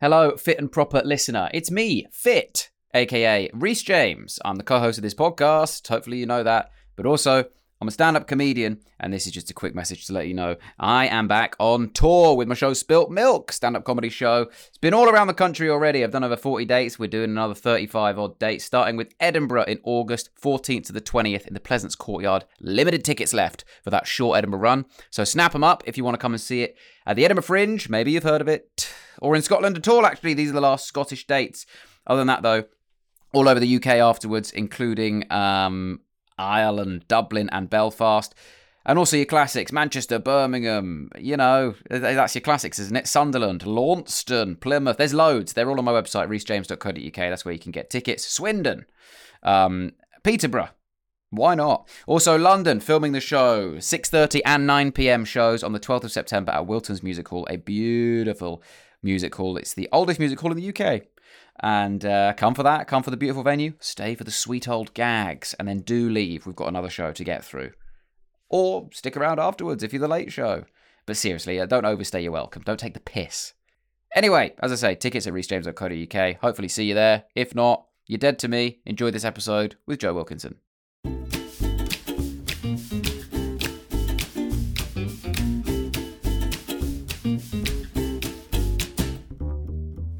Hello, fit and proper listener. It's me, Fit, aka Reese James. I'm the co host of this podcast. Hopefully, you know that. But also, I'm a stand up comedian, and this is just a quick message to let you know I am back on tour with my show Spilt Milk, stand up comedy show. It's been all around the country already. I've done over 40 dates. We're doing another 35 odd dates, starting with Edinburgh in August, 14th to the 20th in the Pleasance Courtyard. Limited tickets left for that short Edinburgh run. So snap them up if you want to come and see it. At the Edinburgh Fringe, maybe you've heard of it or in Scotland at all, actually. These are the last Scottish dates. Other than that, though, all over the UK afterwards, including um, Ireland, Dublin, and Belfast. And also your classics Manchester, Birmingham, you know, that's your classics, isn't it? Sunderland, Launceston, Plymouth. There's loads. They're all on my website, reesejames.co.uk. That's where you can get tickets. Swindon, um, Peterborough. Why not? Also, London filming the show, 6:30 and 9 p.m. shows on the 12th of September at Wilton's Music Hall, a beautiful music hall. It's the oldest music hall in the UK. And uh, come for that, come for the beautiful venue, stay for the sweet old gags, and then do leave. We've got another show to get through. Or stick around afterwards if you're the late show. But seriously, uh, don't overstay your welcome. Don't take the piss. Anyway, as I say, tickets at reesejames.co.uk. Hopefully, see you there. If not, you're dead to me. Enjoy this episode with Joe Wilkinson.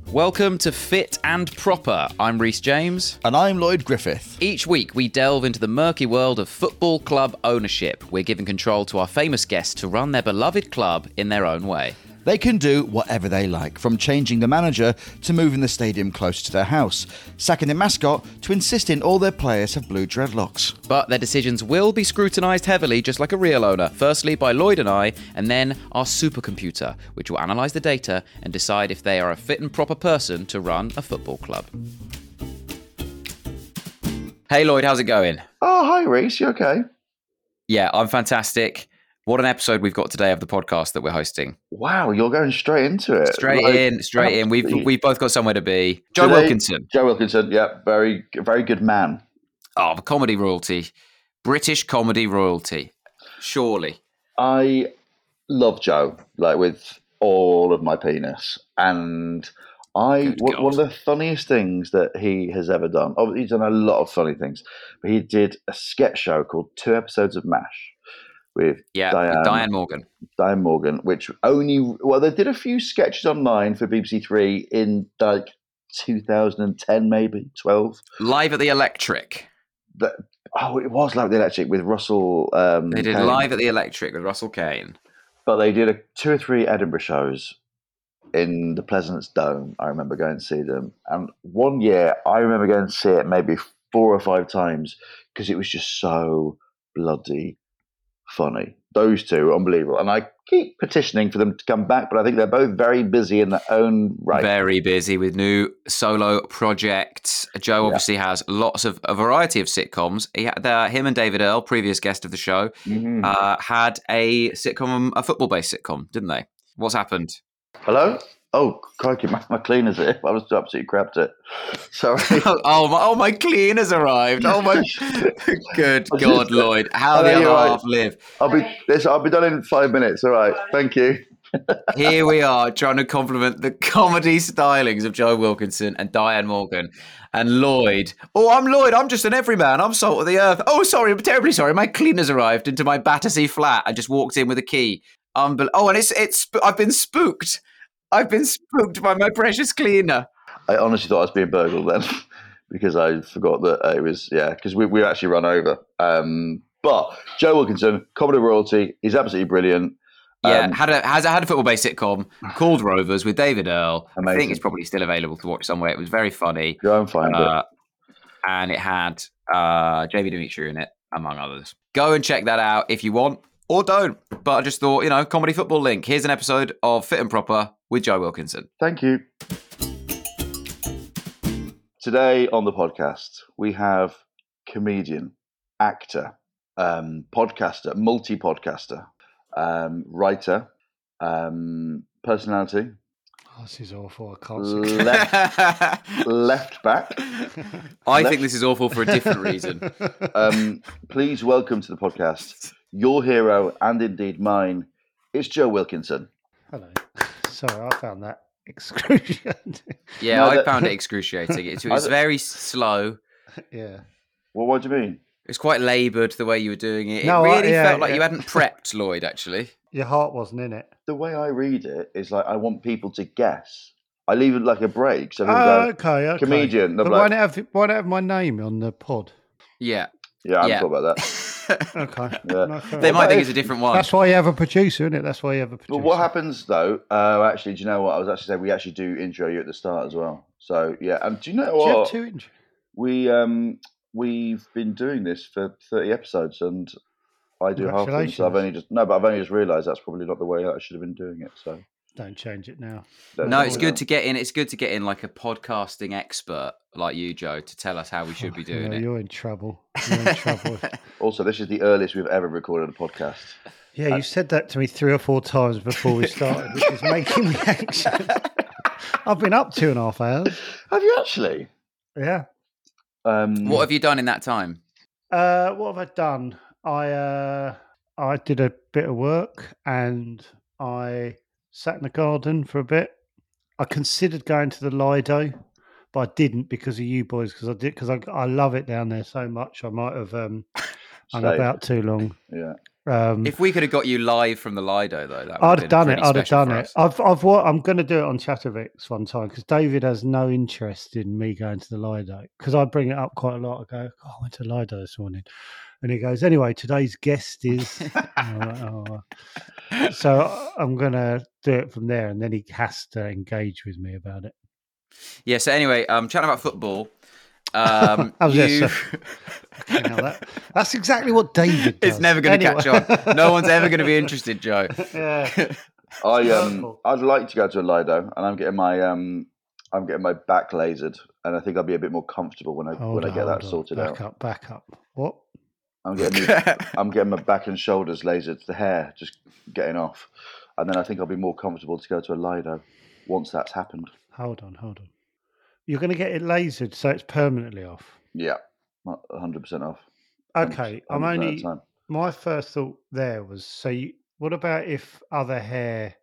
Welcome to Fit and Proper. I'm Reese James. And I'm Lloyd Griffith. Each week, we delve into the murky world of football club ownership. We're giving control to our famous guests to run their beloved club in their own way. They can do whatever they like, from changing the manager to moving the stadium close to their house, sacking the mascot to insisting all their players have blue dreadlocks. But their decisions will be scrutinised heavily, just like a real owner, firstly by Lloyd and I, and then our supercomputer, which will analyse the data and decide if they are a fit and proper person to run a football club. Hey Lloyd, how's it going? Oh, hi Reese, you okay? Yeah, I'm fantastic what an episode we've got today of the podcast that we're hosting. Wow, you're going straight into it. Straight like, in, straight in. We've we've both got somewhere to be. Joe today, Wilkinson. Mm. Joe Wilkinson, yeah, very very good man. Oh, comedy royalty. British comedy royalty. Surely. I love Joe, like with all of my penis. And I w- one of the funniest things that he has ever done. Oh, he's done a lot of funny things, but he did a sketch show called Two Episodes of Mash with yeah Diane, with Diane, Morgan. Diane Morgan, which only well, they did a few sketches online for BBC Three in like 2010, maybe 12. Live at the Electric. That, oh, it was Live at the Electric with Russell. Um, they did Kane. Live at the Electric with Russell Kane. But they did a, two or three Edinburgh shows in the Pleasance Dome. I remember going to see them, and one year I remember going to see it maybe four or five times because it was just so bloody funny. Those two are unbelievable. And I keep petitioning for them to come back, but I think they're both very busy in their own right. Very busy with new solo projects. Joe obviously yeah. has lots of a variety of sitcoms. He, the, him and David Earl, previous guest of the show, mm-hmm. uh, had a sitcom, a football based sitcom, didn't they? What's happened? Hello? Oh, crikey, my, my cleaner's here. I was absolutely crapped it. Sorry. oh my! Oh my! Clean has arrived. Oh my! Good God, Lloyd! How the Oh, other you're right. half live? I'll be this. I'll be done in five minutes. All right. Thank you. Here we are trying to compliment the comedy stylings of Joe Wilkinson and Diane Morgan and Lloyd. Oh, I'm Lloyd. I'm just an everyman. I'm salt of the earth. Oh, sorry. I'm terribly sorry. My cleaner's arrived into my Battersea flat. I just walked in with a key. Unbel- oh, and it's it's. I've been spooked. I've been spooked by my precious cleaner. I honestly thought I was being burgled then because I forgot that uh, it was yeah because we we were actually run over. Um, but Joe Wilkinson, comedy royalty, he's absolutely brilliant. Yeah, Um, had a has a, had a football based sitcom called Rovers with David Earl. I think Amazing. it's probably still available to watch somewhere. It was very funny, Go and find uh, and it had uh, Jamie Dimitri in it, among others. Go and check that out if you want, or don't. But I just thought, you know, comedy football link. Here's an episode of Fit and Proper with Joe Wilkinson. it. Thank you. Today on the podcast we have comedian, actor, um, podcaster, multi-podcaster, um, writer, um, personality, Oh, this is awful. I can't see. left, left back. I think this is awful for a different reason. um, please welcome to the podcast your hero and indeed mine is Joe Wilkinson. Hello. Sorry, I found that excruciating. Yeah, No, I that- found it excruciating. It was very slow. yeah. Well, what do you mean? It was quite laboured the way you were doing it. No, it I- really yeah, felt like you yeah. hadn't prepped, Lloyd. Actually. Your heart wasn't in it. The way I read it is like I want people to guess. I leave it like a break. So people Oh, go, okay, okay. comedian, But I'm why like- not have why not have my name on the pod? Yeah. yeah, I Yeah. haven't thought about that. Okay. Yeah. No, fair They enough. might think it's a different one. That's why you have a producer, isn't it? That's why you have a producer. But what happens though? Uh, actually, do you know what? I was actually saying we actually do intro you at the start as well. So yeah, and do you know Do you have what? two injuries? we um we've been doing this for thirty episodes and. I do half of them, so I've Congratulations. only just no, but I've only just realised that's probably not the way I should have been doing it. So Don't change it now. that's No, it's probably good not- to get in. It's good to get in like a podcasting expert like you, Joe, to tell us how we should be Fucking hell, doing it. You're in trouble. You're in trouble. Also, this is the earliest we've ever recorded a podcast. Uh, Yeah, you said that to me three or four times before we started, which is making me anxious. I've been up two and a half hours. Have you actually? Yeah. Um, What have you done in that time? Uh, what have I done? I uh, I did a bit of work and I sat in the garden for a bit. I considered going to the Lido, but I didn't because of you boys. Because I did because I, I love it down there so much. I might have um, hung Stayed. about too long. Yeah. Um, If we could have got you live from the Lido, though, that would I'd been have done it. pretty I'd have special done for it. us. I've, I've, what I'm going to do it on Chattervix one time because David has no interest in me going to the Lido because I bring it up quite a lot. I go, oh, I went to Lido this morning, and he goes, anyway, today's guest is. And I'm like, "Oh, well." So I'm going to do it from there, and then he has to engage with me about it. Yeah. So anyway, um, chatting about football. Um, I was you... gonna You know, that, that's exactly what David. Does. it's never going to Anyway. catch on. No one's ever going to be interested, Joe. yeah. I um, Wonderful. I'd like to go to a Lido, and I'm getting my um, I'm getting my back lasered, and I think I'll be a bit more comfortable when I when Hold I on, get that hold on. sorted out. back up, back up. What? I'm getting me- I'm getting my back and shoulders lasered, the hair just getting off, and then I think I'll be more comfortable to go to a Lido once that's happened. Hold on, hold on. You're going to get it lasered, so it's permanently off. Yeah, 100 percent off. 100% Okay, I'm 100% at a only. time. My first thought there was so. You, what about if other hair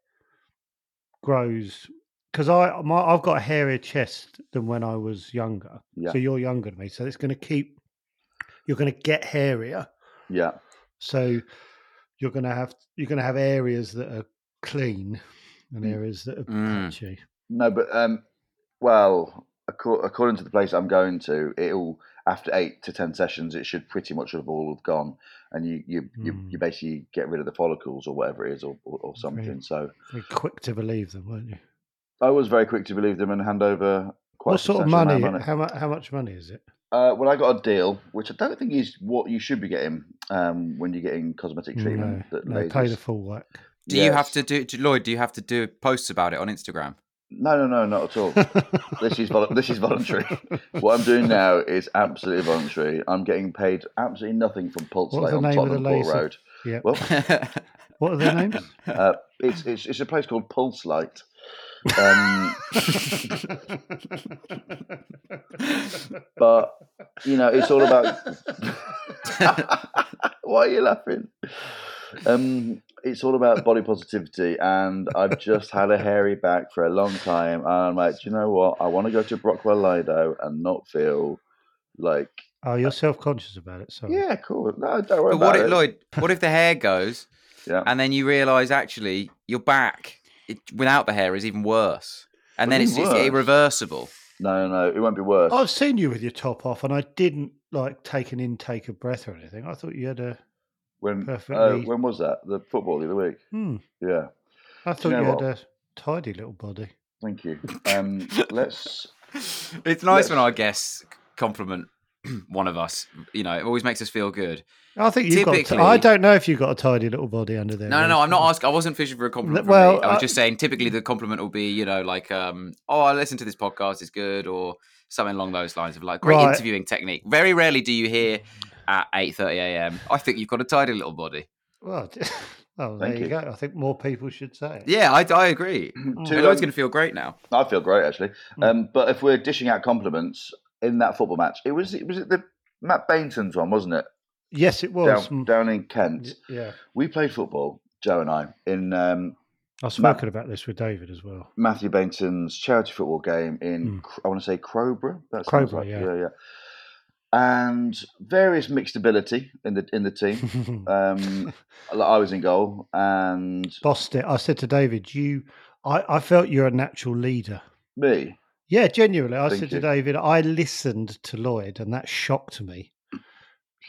grows? Because I my I've got a hairier chest than when I was younger. Yeah. So you're younger than me, so it's going to keep. You're going to get hairier, Yeah, so you're going to have you're going to have areas that are clean and Mm. areas that are Mm. patchy. No, but um, well, acco- according to the place I'm going to, it'll after eight to ten sessions, it should pretty much have all have gone, and you you, you, you basically get rid of the follicles or whatever it is or or, or something. Hmm. Right. So Very quick to believe them, weren't you? I was very quick to believe them and hand over quite a what sort of substantial amount money? How much? How much money is it? Uh, well, I got a deal, which I don't think is what you should be getting um, when you're getting cosmetic No, treatment. that no, pay the lasers- full whack. Do you have Yes. to do, do Lloyd? Do you have to do posts about it on Instagram? No, no, no, not at all. this is vol- this is voluntary. what I'm doing now is absolutely voluntary. I'm getting paid absolutely nothing from Pulse What's Light the on name of the Tottenham Court laser? Road. Yeah. Well, What are their names? uh, it's, it's it's a place called Pulse Light, Um, but you know, it's all about. Why are you laughing? Um, it's all about body positivity, and I've just had a hairy back for a long time, and I'm like, "Do you know what? I want to go to Brockwell Lido and not feel like, Oh, you're self conscious about it. So yeah, cool. No, don't worry But about what if, it. Lloyd? What if the hair goes yeah. and then you realise actually your back it, without the hair is even worse, and What do then you it's, mean it's worse? irreversible. no, no, no, it won't be worse. I've seen you with your top off, and I didn't like take an intake of breath or anything. I thought you had a. when uh, perfectly- when was that? The football the other week. Hmm. Yeah, I thought know you had what? a tidy little body. thank you. Um, let's It's nice when Yes. our guests compliment one of us. You know, it always makes us feel good. I think you got. Typically- I don't know if you got a tidy little body under there. No, no, no. Ruth. I'm not asking. I wasn't fishing for a compliment. From Well, uh, me. I was I- just saying. Typically, the compliment will be, you know, like, um, "Oh, I listened to this podcast. It's good," or something along those lines of like, "Great Right. interviewing technique." Very rarely do you hear at 8:30 a.m. I think you've got a tidy little body. Well, d- well there Thank you, you. go. I think more people should say it. Yeah, I, I agree. too Everyone's long- going to feel great now. I feel great actually. Hmm. Um, but if we're dishing out compliments in that football match, it was it was it the Matt Bainton's one, wasn't it? Yes, it was. Down, Mm. down in Kent, Yeah, we played football, Joe and I, in um, I was talking about this with David as well. Matthew Bainton's charity football game in Cr- I want to say Crowborough. That sounds Hmm. Crowborough, yeah. yeah, yeah. And various mixed ability in the in the team. um, like, I was in goal, and Bossed it. I said to David, "You, I, I felt you're a natural leader." me, Yeah, genuinely. I Thank said you. to David, I listened to Lloyd, and that shocked me.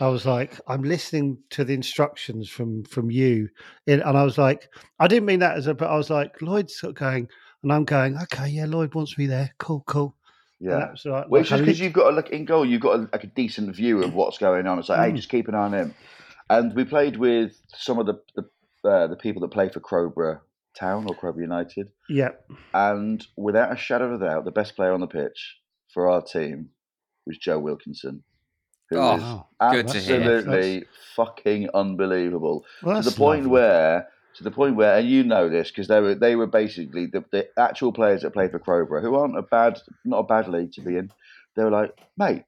I was like, I'm listening to the instructions from from you, and and I was like, I didn't mean that as a, but I was like, Lloyd's sort of going, and I'm going, okay, yeah, Lloyd wants me there, cool, cool. And yeah. that was like, Which like is I because lit- you've got a look in goal, you've got a, like a decent view of what's going on. It's like, Hmm. hey, just keep an eye on him. And we played with some of the the, uh, the people that play for Crowborough Town or Crowborough United, yeah, and without a shadow of a doubt, the best player on the pitch for our team was Joe Wilkinson, who Oh, was good to hear. absolutely fucking unbelievable Well, to the that's point lovely. where to the point where and you know this because they were they were basically the, the actual players that played for Crowborough who aren't a bad not a bad league to be in they were like mate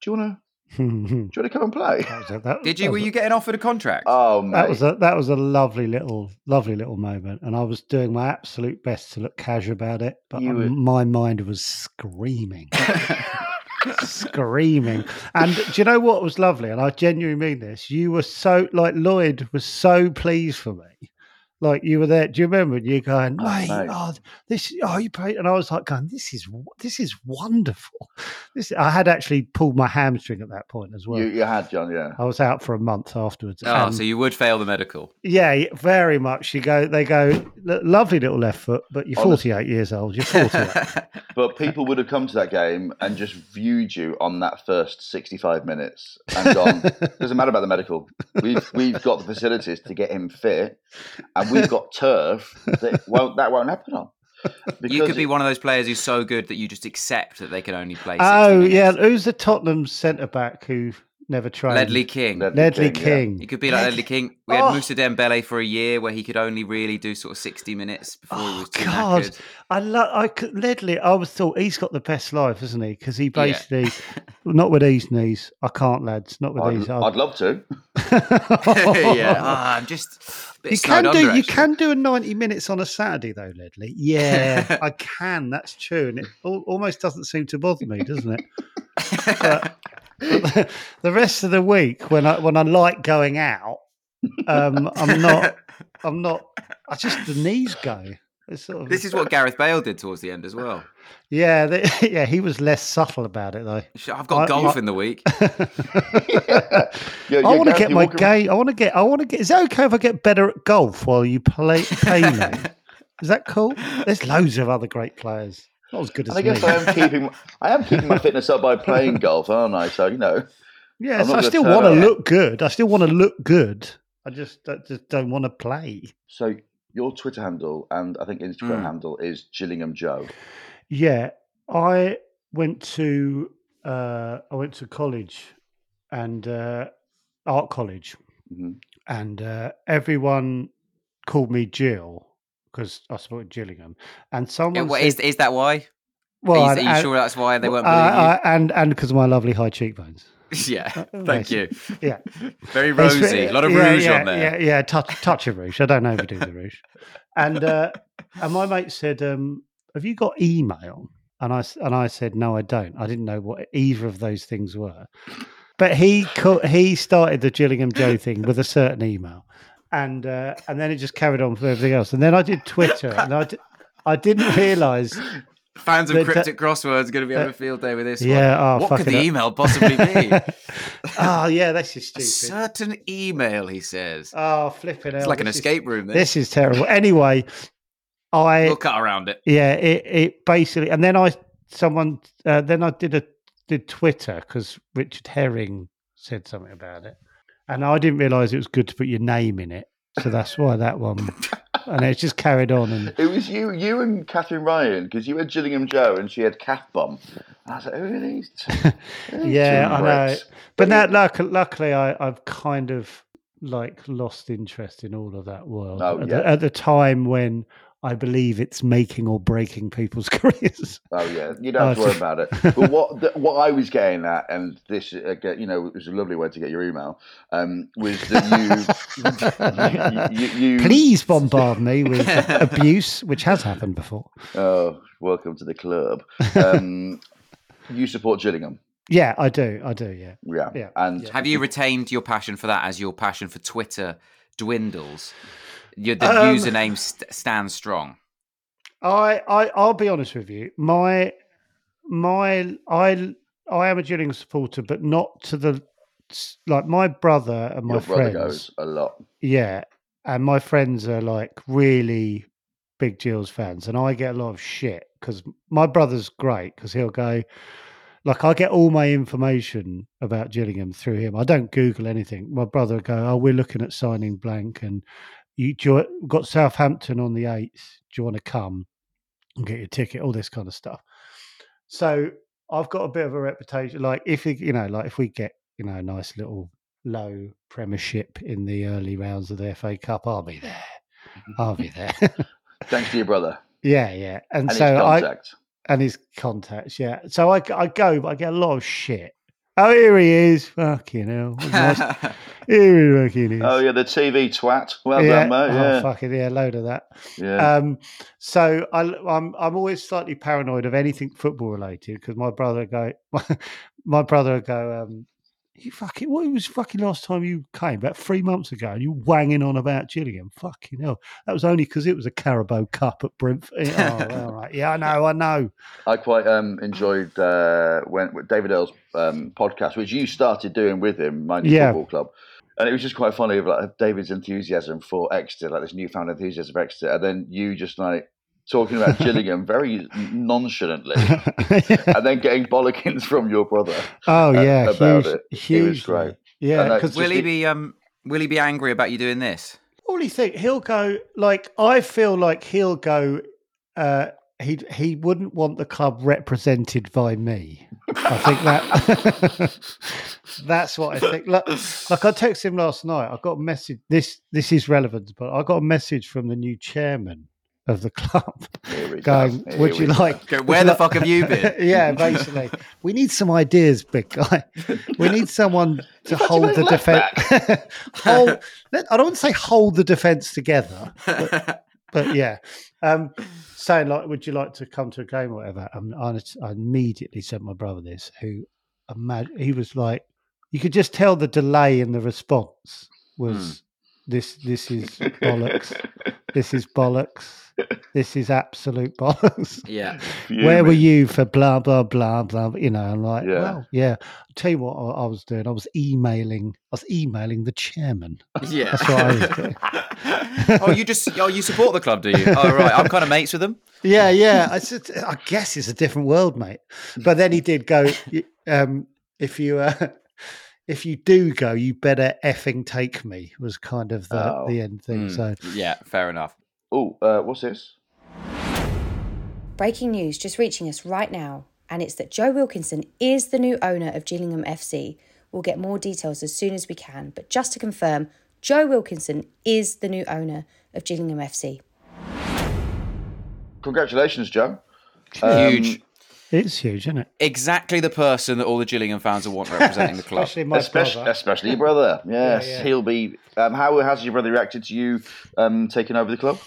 do you want to that do you want to come and play was a, that, Did that you? Were was a- you getting offered a contract? uh, oh mate That was a that was a lovely little lovely little moment, and I was doing my absolute best to look casual about it, but You were- my mind was screaming, screaming. And do you know what was lovely? And I genuinely mean this. You were so like Lloyd was so pleased for me. Like you were there. Do you remember? And you going, Oh, mate, mate. oh, this, oh, you played, and I was like, going, this is w- this is wonderful. This I had actually pulled my hamstring at that point as well. you, you had John yeah I was out for a month afterwards. oh, and- so you would fail the medical. yeah, y- very much. You go, they go, "Lo- lovely little left foot, but you're Honest- 48 years old. You're 48. but people would have come to that game and just viewed you on that first 65 minutes and gone doesn't matter about the medical we've we've got the facilities to get him fit and we've got turf that won't that won't happen on you could it- be one of those players who's so good that you just accept that they can only play. 60 oh, minutes. yeah. Who's the Tottenham centre back who never trained? Ledley King. Led- Ledley King, yeah. King. It could be like Ledley King. We Oh. had Musa Dembele for a year where he could only really do sort of 60 minutes before he Oh, was too God. knackered. I love I could, Ledley. I was thought he's got the best life, hasn't he? Because he basically, not with these knees. I can't, lads. Not with I'd, these. I'd love to yeah, ah, I'm just a bit oh. You snowed can do under, you actually. can do a ninety minutes on a Saturday though, Ledley. Yeah, I can. That's true, and it al- almost doesn't seem to bother me, doesn't it? But- but the rest of the week, when I when I like going out, um, I'm not. I'm not. I just the knees go. It's sort of, This is what Gareth Bale did towards the end as well. yeah, the, yeah. He was less subtle about it though. Sh- I've got I- golf I- in the week. Yeah, I yeah, want to Gareth, get you my walk around- game. I want to get. I want to get. Is it okay if I get better at golf while you play pay me? is that cool? There's loads of other great players. Not as good as and I guess me. I am keeping I am keeping my fitness up by playing golf, aren't I? So you know, yeah, I'm so not I gonna still turn want to up. look good. I still want to look good. I just I just don't want to play. so your Twitter handle and I think Instagram Mm. handle is Gillingham Joe. Yeah, I went to uh, I went to college and uh, art college, Mhm. and uh, everyone called me Jill because I supported Gillingham, and someone Yeah, well, is, said- is that why? well, are you, and- are you and- sure that's why they weren't uh, believing uh, and and because of my lovely high cheekbones. you? yeah, uh, thank nice. you. Yeah. Very rosy. A lot of Yeah, rouge yeah, on there. Yeah, Uh, yeah, touch, touch of rouge. I don't overdo the rouge. And uh, and my mate said, um, "Have you got email?" And I s- and I said, "No, I don't. I didn't know what either of those things were." But he co- he started the Gillingham Joe thing with a certain email, and uh, and then it just carried on for everything else. And then I did Twitter, and I d- I didn't realize. Fans But of that- cryptic crosswords going to be having that- a field day with this. Yeah, oh, one. what could fucking the hell. email possibly be? oh yeah, that's just a stupid. certain email, he says. oh flipping it's hell, like an this is- escape room. This, This is terrible. Anyway, I we'll cut around it. yeah it it basically and then i someone uh, then i did a did twitter because richard herring said something about it and i didn't realize it was good to put your name in it so that's why that one and it's just carried on and It was you, you and Catherine Ryan, because you had Gillingham Joe and she had Cath Bomb. And I was like, who are these? Two, who are these yeah two i know bricks? but now you- luck, luckily i i've kind of like lost interest in all of that world Oh, at, yeah. the, at the time when i believe it's making or breaking people's careers Oh yeah, you don't have to Oh, worry so- about it. But what the, what I was getting at, and this again, you know, it was a lovely way to get your email. Um, was that you, you, you, you please bombard me with abuse, which has happened before. Oh, welcome to the club. Um, you support Gillingham, Yeah, I do. I do. Yeah. yeah, Yeah, and yeah. Have you retained your passion for that as your passion for Twitter dwindles? Your, the Um, username st- stands strong. I, I, I'll be honest with you. My, my, I, I am a Gillingham supporter, but not to the like my brother and my your brother friends. goes a lot. Yeah, and my friends are like really big Jills fans, and I get a lot of shit because my brother's great because he'll go. Like I get all my information about Gillingham through him. I don't Google anything. My brother will go, oh, we're looking at signing blank, and you, do you wa- we've got Southampton on the eighth. Do you want to come and get your ticket? All this kind of stuff. So I've got a bit of a reputation. Like if you you know, like if we get you know a nice little low Premiership in the early rounds of the FA Cup, I'll be there. I'll be there. Mm-hmm. Thanks to your brother yeah, yeah. And, and so his I contact. and his contacts. Yeah. So I, I go, but I get a lot of shit. Oh, here he is. Fucking hell. Nice- here he fucking is. Oh yeah, the TV twat. Well done, mate. Oh, Yeah, fucking yeah, load of that. yeah. Um, so I, am I'm always slightly paranoid of anything football related because my brother go, my, brother would go, um, you fucking, what was fucking last time you came about three months ago and you wanging on about Gillingham? Fucking hell, that was only because it was a Carabao Cup at Brentford. Oh, all right, yeah, I know, I know. I quite um, enjoyed uh, when with David Earl's um, podcast, which you started doing with him, Mind Your Yeah. Football Club. And it was just quite funny, of, like David's enthusiasm for Exeter, like this newfound enthusiasm for Exeter, and then you just like talking about Gillingham very nonchalantly, and then getting bollockings from your brother. Oh uh, yeah, about huge, it. huge, It was great. Yeah, And I- because Will he just- be um? Will he be angry about you doing this? All he think he'll go like I feel like he'll go. Uh, he he wouldn't want the club represented by me. I think that that's what I think. Look, like I texted him last night. I got a message. This this is relevant, but I got a message from the new chairman of the club Here we go. Hmm. going, Here "Would we you like Go, where the fuck have you been? yeah, basically. We need some ideas, big guy. We need someone to hold the defense. hold, let- I don't want to say hold the defense together, but, but yeah. Um, saying like, would you like to come to a game or whatever? And I, I immediately sent my brother this, who imag- he was like, you could just tell the delay in the response was this. This is bollocks. this is bollocks. This is absolute bollocks Yeah. Fuming. where were you for blah blah blah blah you know i'm like Yeah. well yeah i'll tell you what I, I was doing i was emailing i was emailing the chairman Yeah. That's what I was doing. oh, you just oh you support the club, do you? Oh right, I'm kind of mates with them. yeah yeah i said i guess it's a different world mate but then he did go "Y- um if you uh if you do go you better effing take me was kind of the, Oh. the end thing Hmm, so Yeah, fair enough. Oh, uh, what's this? Breaking news just reaching us right now, and it's that Joe Wilkinson is the new owner of Gillingham FC. We'll get more details as soon as we can, but just to confirm, Joe Wilkinson is the new owner of Gillingham FC. Congratulations, Joe. Huge. Um, It's huge, isn't it? Exactly the person that all the Gillingham fans will want representing the club. Especially my especially, brother. especially your brother. Yes, yeah. he'll be. Um, how has your brother reacted to you um, taking over the club?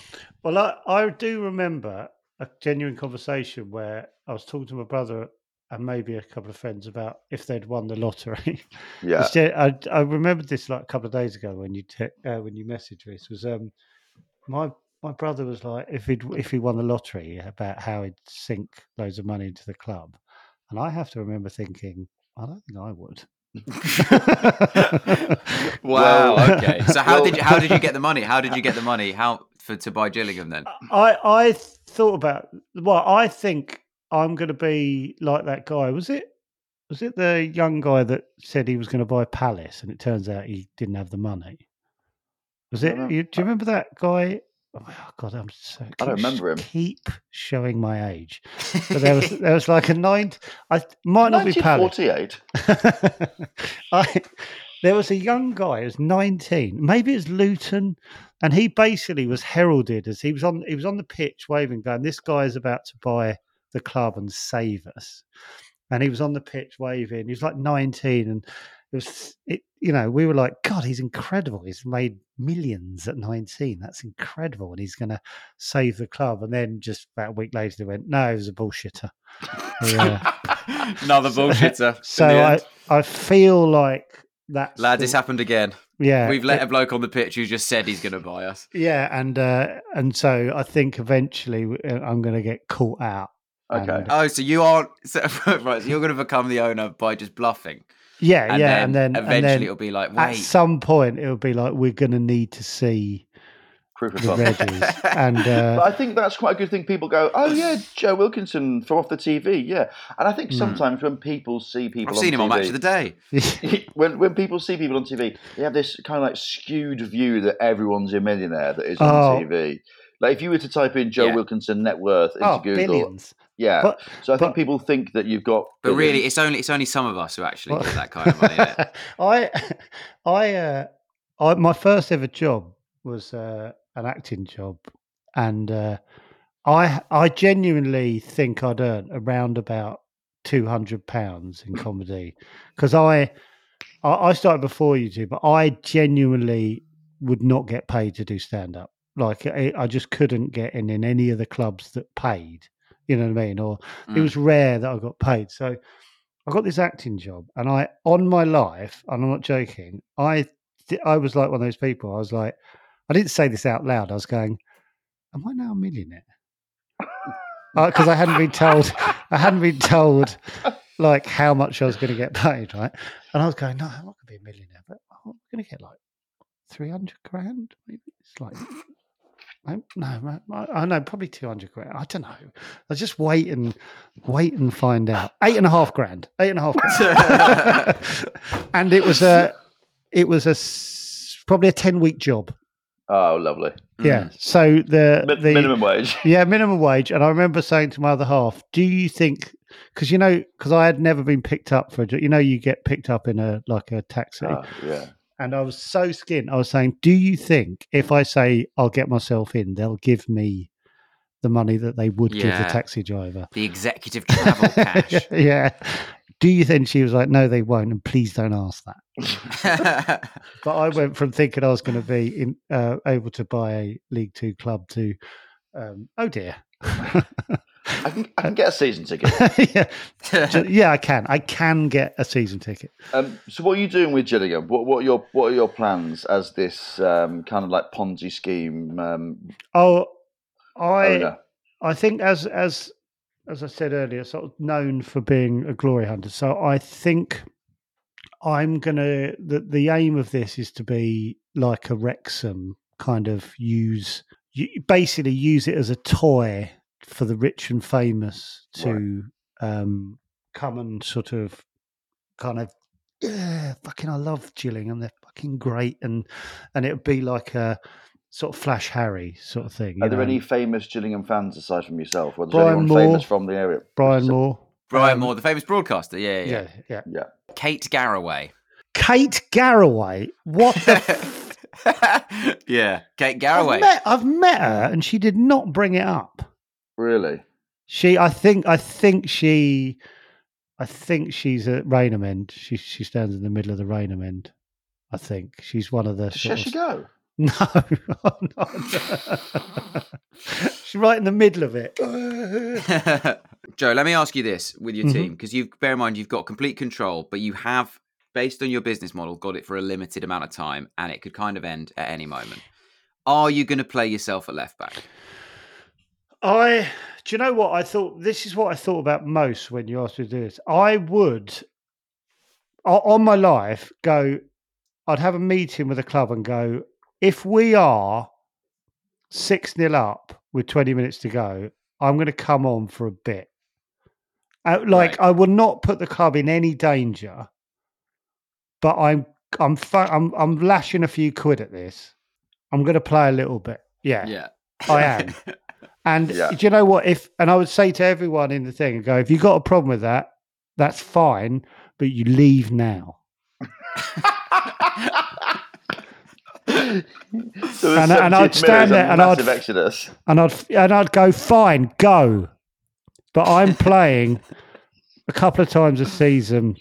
Well, I, I do remember a genuine conversation where I was talking to my brother and maybe a couple of friends about if they'd won the lottery. Yeah, It's gen- I, I remembered this like a couple of days ago when you te- uh, when you messaged me. This was um, my my brother was like if he would if he won the lottery about how he'd sink loads of money into the club, and I have to remember thinking I don't think I would. Wow. Well- okay. So how Well- did you, how did you get the money? How did you get the money? How for to buy Gillingham then? I I thought about well, I think I'm going to be like that guy. Was it was it the young guy that said he was going to buy Palace, and it turns out he didn't have the money? Was it? don't- You, do you remember that guy? Oh my God, I'm so. I don't keep- remember him. Keep showing my age, but there was there was like a nine. I might not be Palace. 1948. I, there was a young guy, he was 19, maybe it's Luton, and he basically was heralded as he was on he was on the pitch waving, going, This guy is about to buy the club and save us. And he was on the pitch waving. He was like 19 and it was it, you know, we were like, God, he's incredible. He's made millions at 19. That's incredible. And he's gonna save the club. And then just about a week later they went, No, he was a bullshitter. Yeah. Another bullshitter. in So the I, end. I feel like that's Lad, the- this happened again. Yeah, We've let it- a bloke on the pitch who just said he's going to buy us. yeah, and uh, and so I think eventually w- uh, I'm going to get caught out. Okay. And- uh, Oh, so you aren't so, right? So you're going to become the owner by just bluffing, yeah, and yeah, then and then eventually and then it'll be like, at wait, some point it'll be like we're going to need to see Proof of the funds. Reggies, and But uh, I think that's quite a good thing. People go, "Oh yeah, Joe Wilkinson from off the TV." Yeah, and I Hmm. think sometimes when people see people, I've seen him on TV, Match of the Day. when when people see people on TV, they have this kind of like skewed view that everyone's a millionaire that is on Oh. TV. Like if you were to type in Joe Yeah. Wilkinson net worth into oh, Google, billions. yeah. But- so I think but- people think that you've got, But really, billions. it's only it's only some of us who actually Well- get that kind of money. innit? I, I, uh, I, my first ever job was uh, an acting job, and uh, I, I genuinely think I'd uh, earn around about two hundred pounds in comedy because I, I, I started before you two, but I genuinely would not get paid to do stand up. Like I, I just couldn't get in in any of the clubs that paid. You know what I mean? Or it Hmm. Mm. was rare that I got paid. So I got this acting job, and I on my life, and I'm not joking. I th- I was like one of those people. I was like, I didn't say this out loud. I was going, "Am I now a millionaire?" Because I hadn't been told. I hadn't been told like how much I was going to get paid, right? And I was going, "No, I'm not going to be a millionaire, but I'm going to get like three hundred grand. Maybe it's like." No, no, I- I know probably two hundred grand. I don't know. I just wait and wait and find out. Eight and a half grand. Eight and a half grand. and it was a, it was a s- probably a ten week job. oh lovely, Yeah. So the, Min- the minimum wage. yeah, minimum wage. And I remember saying to my other half, "Do you think?" Because you know, because I had never been picked up for a job. You know, you get picked up in a like a taxi, Oh, yeah, and I was so skint. I was saying, "Do you think if I say I'll get myself in, they'll give me the money that they would give Yeah. the taxi driver?" The executive travel cash. yeah. Do you think she was like, "No, they won't," and please don't ask that. But I went from thinking I was going to be in, uh, able to buy a League Two club to, um, oh dear. I can uh, I can get a season ticket. yeah, Ju- yeah, I can. I can get a season ticket. Um, so what are you doing with Gillingham? What what are your what are your plans as this um, kind of like Ponzi scheme um, Oh, I owner? I think as as as I said earlier, sort of known for being a glory hunter. So I think I'm gonna the the aim of this is to be like a Wrexham kind of use you basically use it as a toy for the rich and famous to um come and sort of kind of yeah, fucking I love Gillingham. They're fucking great and and it would be like a sort of Flash Harry sort of thing. Are you there know? any famous Gillingham fans aside from yourself? Or is Brian anyone Moore. famous from the area? Brian Moore? Brian Um, Moore, the famous broadcaster. Yeah, yeah. yeah. yeah, yeah. Kate Garraway. Kate Garraway. What the f- yeah, Kate I've Garraway. met, I've met her and she did not bring it up. Really? She, I think, I think she, I think she's at Raynham End. She she stands in the middle of the Raynham End. I think she's one of the. Should sort she of- go? No, I'm not. she's right in the middle of it. Joe, let me ask you this with your Mm-hmm. team, because you bear in mind you've got complete control, but you have, based on your business model, got it for a limited amount of time, and it could kind of end at any moment. Are you going to play yourself at left back? I do you know what I thought? This is what I thought about most when you asked me to do this. I would, o- on my life, go. I'd have a meeting with a club and go. If we are six 0 up with twenty minutes to go, I'm going to come on for a bit. Uh, like Right. I will not put the club in any danger, but I'm I'm fu- I'm I'm lashing a few quid at this. I'm going to play a little bit. Yeah, I am. And Yeah. do you know what? If and I would say to everyone in the thing, and go, if you've got a problem with that, that's fine, but you leave now. So And- and I'd stand there and I'd- massive exodus. And I'd and I'd go, fine, go. But I'm playing a couple of times a season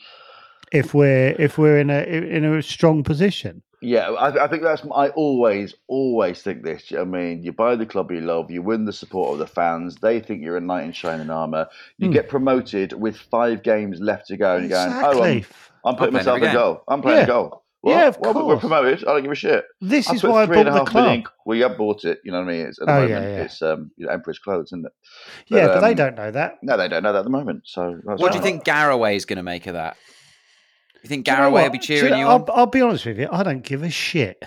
if we're if we're in a in a strong position. Yeah, I, I think that's. I always, always think this. I mean, you buy the club you love, you win the support of the fans. They think you're a knight in shining armor. You Hmm. get promoted with five games left to go, and you're going, "Oh, I'm, Exactly. I'm putting I'm playing myself every in game." goal. I'm playing Yeah. a goal." Well, Yeah, of well, we're- we're course. promoted. I don't give a shit. This I is put why I three and a bought the half million- club. Well, you have bought it. You know what I mean? It's, at the Oh, moment, yeah, yeah. it's um, you know, emperor's clothes, isn't it? yeah, but they um, don't know that. No, they don't know that at the moment. So that's What do you fine. think Garraway's going to make of that? You think Do you know Garraway will what? be Do you cheering know- you I'll, on? I'll be honest with you. I don't give a shit.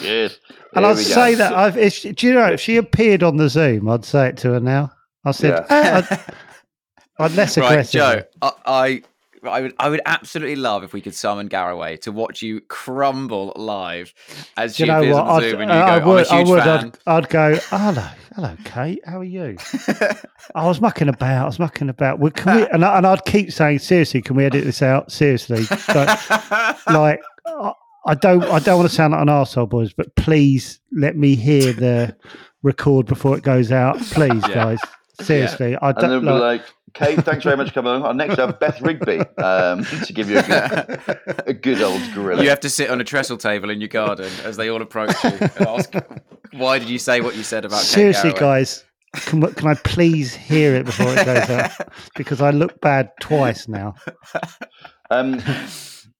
Yes. Here And I'd we go. say that I've, if she, do you know if she appeared on the Zoom, I'd say it to her now. I said, "Eh," I'd, I'd less Right, aggressive. Joe, I, I, I would, I would absolutely love if we could summon Garraway to watch you crumble live Do as she you know appears what? on I'd, uh, Zoom and you go, I would. I'm a I huge would. fan. I'd, I'd go. Hello, hello, Kate. How are you? I was mucking about. I was mucking about. Well, can we? And, I, and I'd keep saying, seriously, can we edit this out? Seriously, Don't- like. I, I don't. I don't want to sound like an arsehole, boys, but please let me hear the record before it goes out, please, guys. Seriously, I And don't. then we'll be like, Kate, thanks very much for coming on. Our next up, Beth Rigby, um, to give you a good, a good old gorilla. You have to sit on a trestle table in your garden as they all approach you and ask, "Why did you say what you said about?" Kate Seriously, Garraway?" guys, can, we- can I please hear it before it goes out? Because I look bad twice now. Um,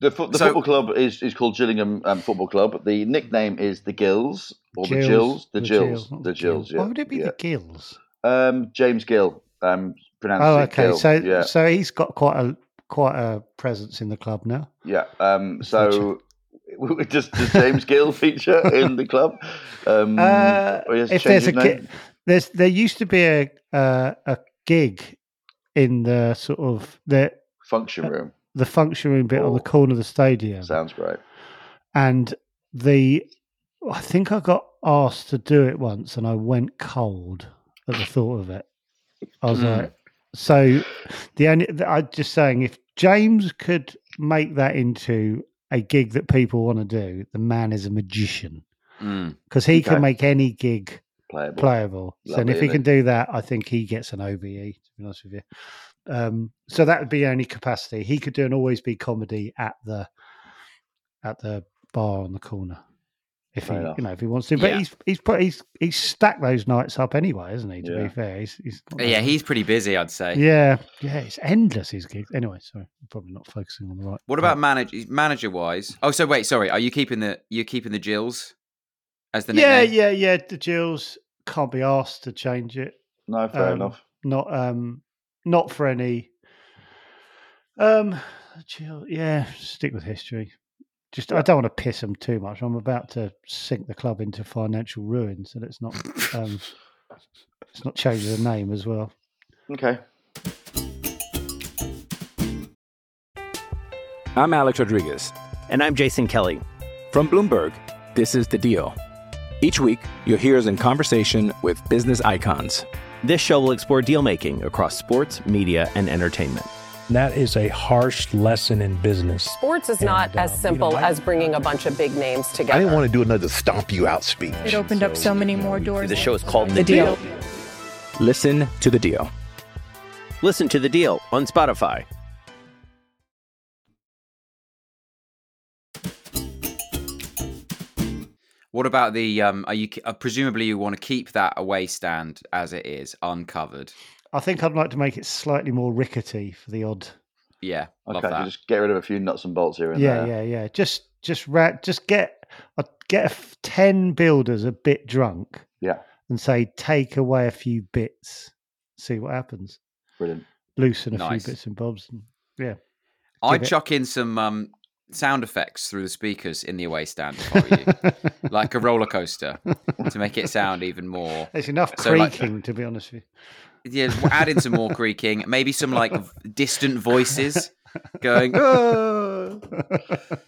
the fo- the So- football club is, is called Gillingham um, Football Club. The nickname is the Gills or the Jills. The Jills. not The Jills, yeah. Why would it be yeah. the Gills? Um, James Gill. Um, pronounced Oh, it okay. Gill, So, yeah. so he's got quite a quite a presence in the club now. Yeah. Um, so just does James Gill feature in the club? Um, Uh, or he has if changed there's his a name? gi- there's there used to be a uh, a gig in the sort of the function room the function room bit on the Oh. corner of the stadium. sounds great. and the I think I got asked to do it once, and I went cold at the thought of it. I was like, so the only th- I'm just saying, if James could make that into a gig that people want to do, the man is a magician Mm. because he Okay. can make any gig Playable. playable. So, and Lovely, if he isn't can do that, I think he gets an OBE. To be honest with you, um, so that would be the only capacity he could do, an always be comedy at the at the bar on the corner. If he, Fair enough. you know, if he wants to, but Yeah. he's he's put he's he's stacked those nights up anyway, isn't he? To Yeah. be fair, he's, he's not that- Yeah, he's pretty busy, I'd say. yeah, yeah, it's endless his gigs. Anyway, sorry, I'm probably not focusing on the right. What about manager manager wise? Oh, so wait, sorry, are you keeping the you're keeping the Jills as the yeah, nickname? yeah, yeah. The Jills can't be asked to change it. No, fair Um, enough. not um not for any um chill yeah stick with history just i don't want to piss them too much i'm about to sink the club into financial ruin so let's not um let's not change the name as well Okay. I'm Alex Rodriguez. And I'm Jason Kelly. From Bloomberg, this is The Deal. Each week, you'll hear us in conversation with business icons. This show will explore deal making across sports, media, and entertainment. And that is a harsh lesson in business. Sports is not And, uh, as you know, simple I- as bringing a bunch of big names together. I didn't want to do another stomp you out speech. It opened up so many more doors. The show is called The Deal. Listen to the deal. Listen to the deal on Spotify. What about the? Um, are you uh, presumably you want to keep that away stand as it is, uncovered? I think I'd like to make it slightly more rickety for the odd. Yeah, love Okay, that. you just get rid of a few nuts and bolts here and yeah, there. yeah, yeah. Just, just rat. Just get, uh, get a f- ten builders a bit drunk Yeah, and say take away a few bits, see what happens. brilliant. Loosen a Nice. few bits and bobs. And, yeah, I Give it- chuck in some um, sound effects through the speakers in the away stand if I were you, like a roller coaster, to make it sound even more. it's enough So, like- creaking to be honest with you. Yeah, we'll add in some more creaking, maybe some like v- distant voices going. "Ah."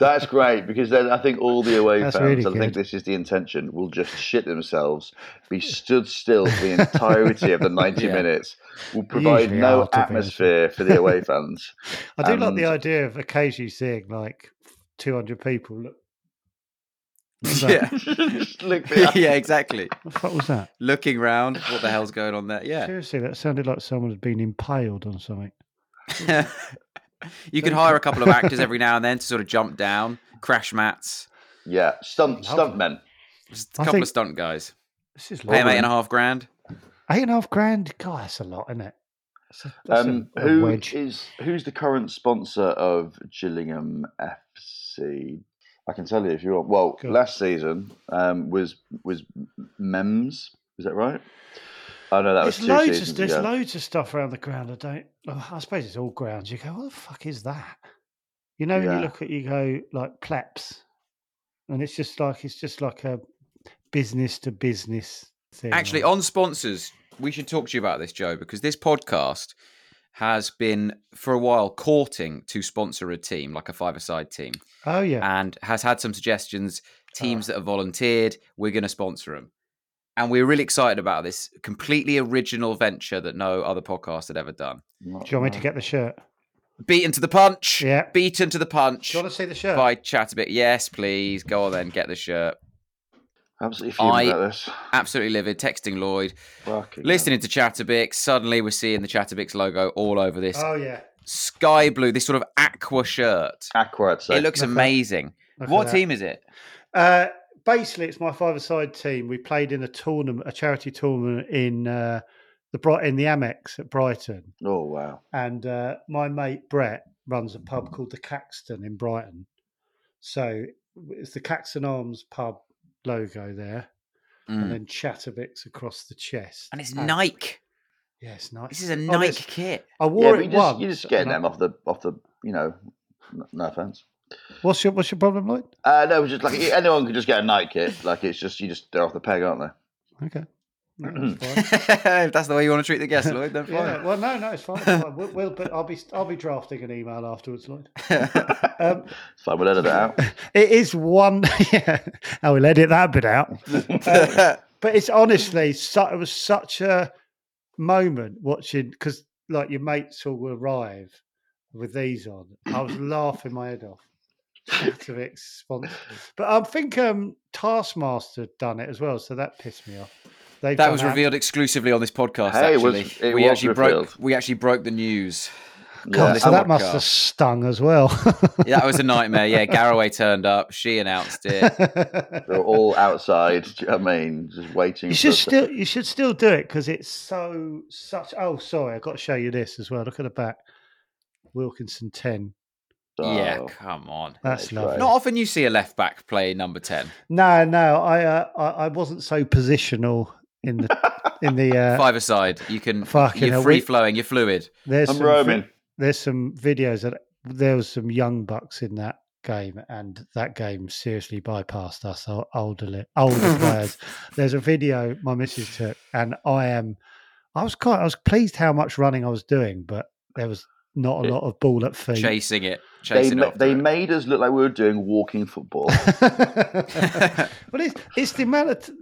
That's great because then I think all the away That's fans, really and I think good. this is the intention, will just shit themselves, be stood still for the entirety of the 90 Yeah. minutes, will provide Usually are, no to be honest. atmosphere for the away fans. I do like the Um, And- idea of occasionally seeing like two hundred people. Look, yeah, Just look behind. yeah, exactly. what the fuck was that? Looking round, what the hell's going on there? Yeah, Seriously, that sounded like someone had been impaled on something. you can hire a couple of actors every now and then to sort of jump down, crash mats, Yeah, stunt, stunt men. just a I couple think- of stunt guys. This is Pay 'em lovely. eight and a half grand. Eight and a half grand. God, that's a lot, isn't it? That's a, that's a- Um, a who wedge. is- who's the current sponsor of Gillingham FC? I can tell you if you want. Well, Go. last season um, was was Mems. Is that right? Oh no, that was There's two loads, seasons of, there's ago. loads of stuff around the ground. I don't. well, I suppose it's all grounds. You go, what the fuck is that? You know, when Yeah. you look at, you go like pleps, and it's just like it's just like a business to business thing. Actually, on sponsors, we should talk to you about this, Joe, because this podcast has been for a while courting to sponsor a team, like a five-a-side team, oh yeah, Ah. and has had some suggestions. Teams that have volunteered, we're going to sponsor them, and we're really excited about this completely original venture that no other podcast had ever done. Oh, do you want me to get the shirt? Beaten to the punch, Yeah. Beaten to the punch Do you want to see the shirt? by Chatterbit. Yes, please go on then, get the shirt. Absolutely fuming I- about this. Absolutely livid. Texting Lloyd, Fucking hell. listening to Chatterbix. Suddenly, we're seeing the Chatterbix logo all over this Oh yeah. sky blue, this sort of aqua shirt. Aqua, I'd say. it looks Look at- amazing. look at What that. team is it? Uh, basically, it's my five-a-side team. We played in a tournament, a charity tournament in uh, the Bright in the Amex at Brighton. oh wow. and uh, my mate Brett runs a Mm-hmm. pub called the Caxton in Brighton. So it's the Caxton Arms pub logo there, and Mm. then Chattervix across the chest. And it's Oh. Nike. Yeah, it's nice. This is a Oh, Nike there's- kit. I Yeah, wore but it you once. just, you're just getting and I- them off the off the you know. n- No offense. What's your What's your problem, Lloyd? Uh, no, it's just like anyone could just get a night kit. Like it's just you just they're off the peg, aren't they? Okay. No, that's fine. if that's the way you want to treat the guest, Lloyd, then Yeah, fine. well, no, no, it's fine. It's fine. We'll, we'll, but I'll be, I'll be drafting an email afterwards, Lloyd. Um, It's fine. We'll edit it out. It is one. yeah, I will Oh, edit that bit out. Uh, but it's honestly, su it was such a moment watching because like your mates all arrive with these on. I was laughing my head off. Out of it, sponsor. But I think um, Taskmaster had done it as well, so that pissed me off. They've That done was revealed exclusively on this podcast. Hey, it was- actually, it we was actually revealed. broke. We actually broke the news. God, this so that must podcast. have stung as well. Yeah, that was a nightmare. Yeah, Garraway turned up. She announced it. They're all outside. Do you know what I mean? Just waiting. You for should us to- still you should still do it because it's so such. Oh, sorry, I've got to show you this as well. Look at the back, Wilkinson ten. Yeah, Oh. come on. That's That's lovely. right. Not often you see a left back play number ten. No, no, I, uh, I I wasn't so positional in the in the. Uh, Five aside, you can. Fucking you're hell, free we- flowing. You're fluid. There's I'm some vi- roaming. there's some videos that there was some young bucks in that game, and that game seriously bypassed us o- older li- older players. There's a video my missus took, and I am I was quite I was pleased how much running I was doing, but there was not a lot of ball at feet. Chasing it. They, Chasing ma- after they it. made us look like we were doing walking football. but it's it's the amount of t-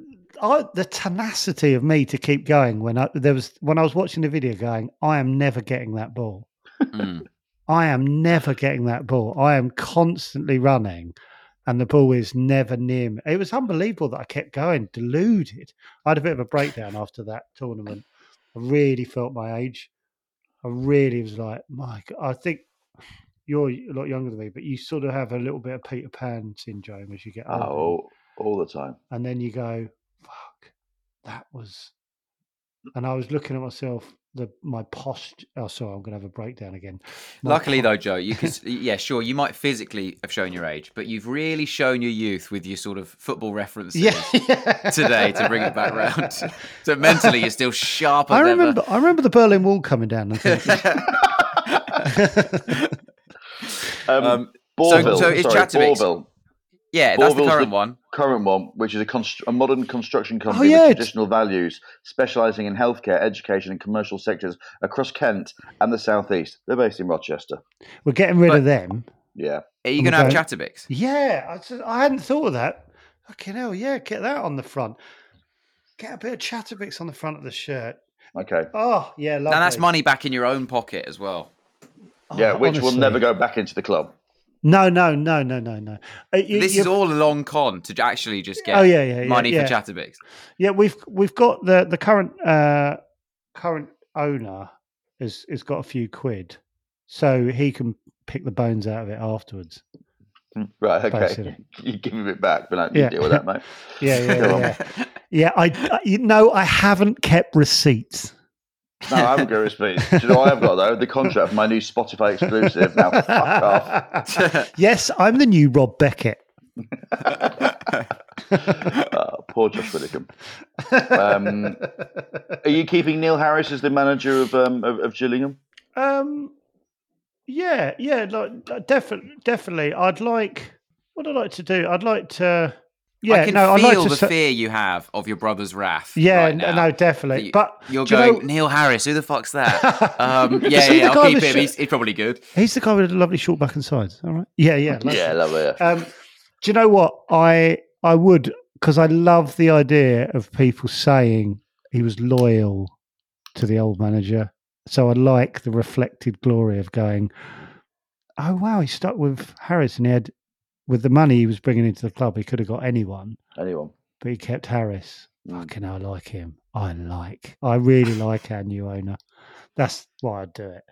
I, the tenacity of me to keep going when I there was when I was watching the video going I am never getting that ball. Mm. I am never getting that ball. I am constantly running, and the ball is never near me. It was unbelievable that I kept going, deluded. I had a bit of a breakdown after that tournament. I really felt my age. I really was like, Mike, I think you're a lot younger than me, but you sort of have a little bit of Peter Pan syndrome as you get older. Oh, all the time. And then you go, fuck, that was. And I was looking at myself, the my posture. Oh, sorry, I'm going to have a breakdown again. My Luckily, po- though, Joe, you can. yeah, sure, you might physically have shown your age, but you've really shown your youth with your sort of football references yeah. today to bring it back round. so mentally, you're still sharp as I ever. remember, I remember the Berlin Wall coming down. I think. Um, Um, so- Bourville. so it's sorry, Chatterix. Bourville. Yeah, that's the Orville's current the- one. Current one, which is a, constr- a modern construction company Oh, yeah, with it's- traditional values, specialising in healthcare, education, and commercial sectors across Kent and the southeast. They're based in Rochester. We're getting rid But- of them. Yeah, Are you going to have Chatterbix? Yeah, I, said- I hadn't thought of that. Fucking hell, yeah, get that on the front. Get a bit of Chatterbix on the front of the shirt. okay. Oh, yeah, lovely. Now that's money back in your own pocket as well. Oh, Yeah, which will honestly. never go back into the club. No, no, no, no, no, no. Uh, you- This you- is all a long con to actually just get Oh, yeah, yeah, yeah, money yeah. for Chatterbix. Yeah, we've we've got the the current uh, current owner has has got a few quid, so he can pick the bones out of it afterwards. Right, okay. Basically. You're giving it back, but no, you Yeah. deal with that, mate. Yeah, Go on. yeah, yeah. yeah, I, I you know I haven't kept receipts. No, I haven't got receipts. Do you know what I've got, though? The contract for my new Spotify exclusive. Now, fuck off. yes, I'm the new Rob Beckett. Oh, poor Josh Whittaker. Um, are you keeping Neil Harris as the manager of um, of, of Gillingham? Um, yeah, yeah, like definitely, definitely. I'd like what I'd like to do. I'd like to. Yeah, I can no, I'd feel like to. the sa- fear you have of your brother's wrath. yeah, right no, now. no, definitely. You- But you're do you going know- Neil Harris. Who the fuck's that? um, yeah, Is he yeah, the guy I'll keep with him. sh- He's, he's probably good. He's the guy with the lovely short back and sides. All right. Yeah, yeah. lovely. Yeah, love it. Um, do you know what I I would because I love the idea of people saying he was loyal to the old manager. So I like the reflected glory of going, oh wow, he stuck with Harris and he had with the money he was bringing into the club, he could have got anyone, Anyone? but he kept Harris. Mm. Fucking, hell, I like him. I like. I really like our new owner. That's why I'd do it.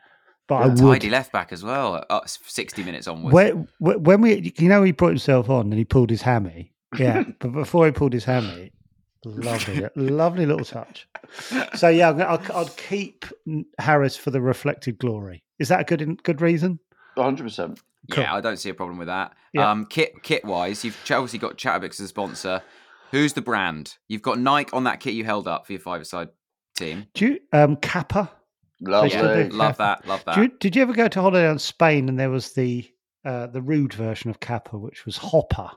But Oh, I would. Tidy left back as well. Uh, sixty minutes onwards. Where, wh- when we, you know, he brought himself on and he pulled his hammy. Yeah, but before he pulled his hammy, lovely, lovely little touch. So yeah, I'm gonna, I'll, I'll keep Harris for the reflected glory. Is that a good in- good reason? 100%. Yeah, I don't see a problem with that. Yeah. Um, kit kit wise, you've obviously got Chatterbix as a sponsor. Who's the brand? You've got Nike on that kit you held up for your five side team. Do you, um, Kappa? Lovely. should do. Love that. Love that. Do you, did you ever go to holiday in Spain and there was the uh, the rude version of Kappa, which was Hopper,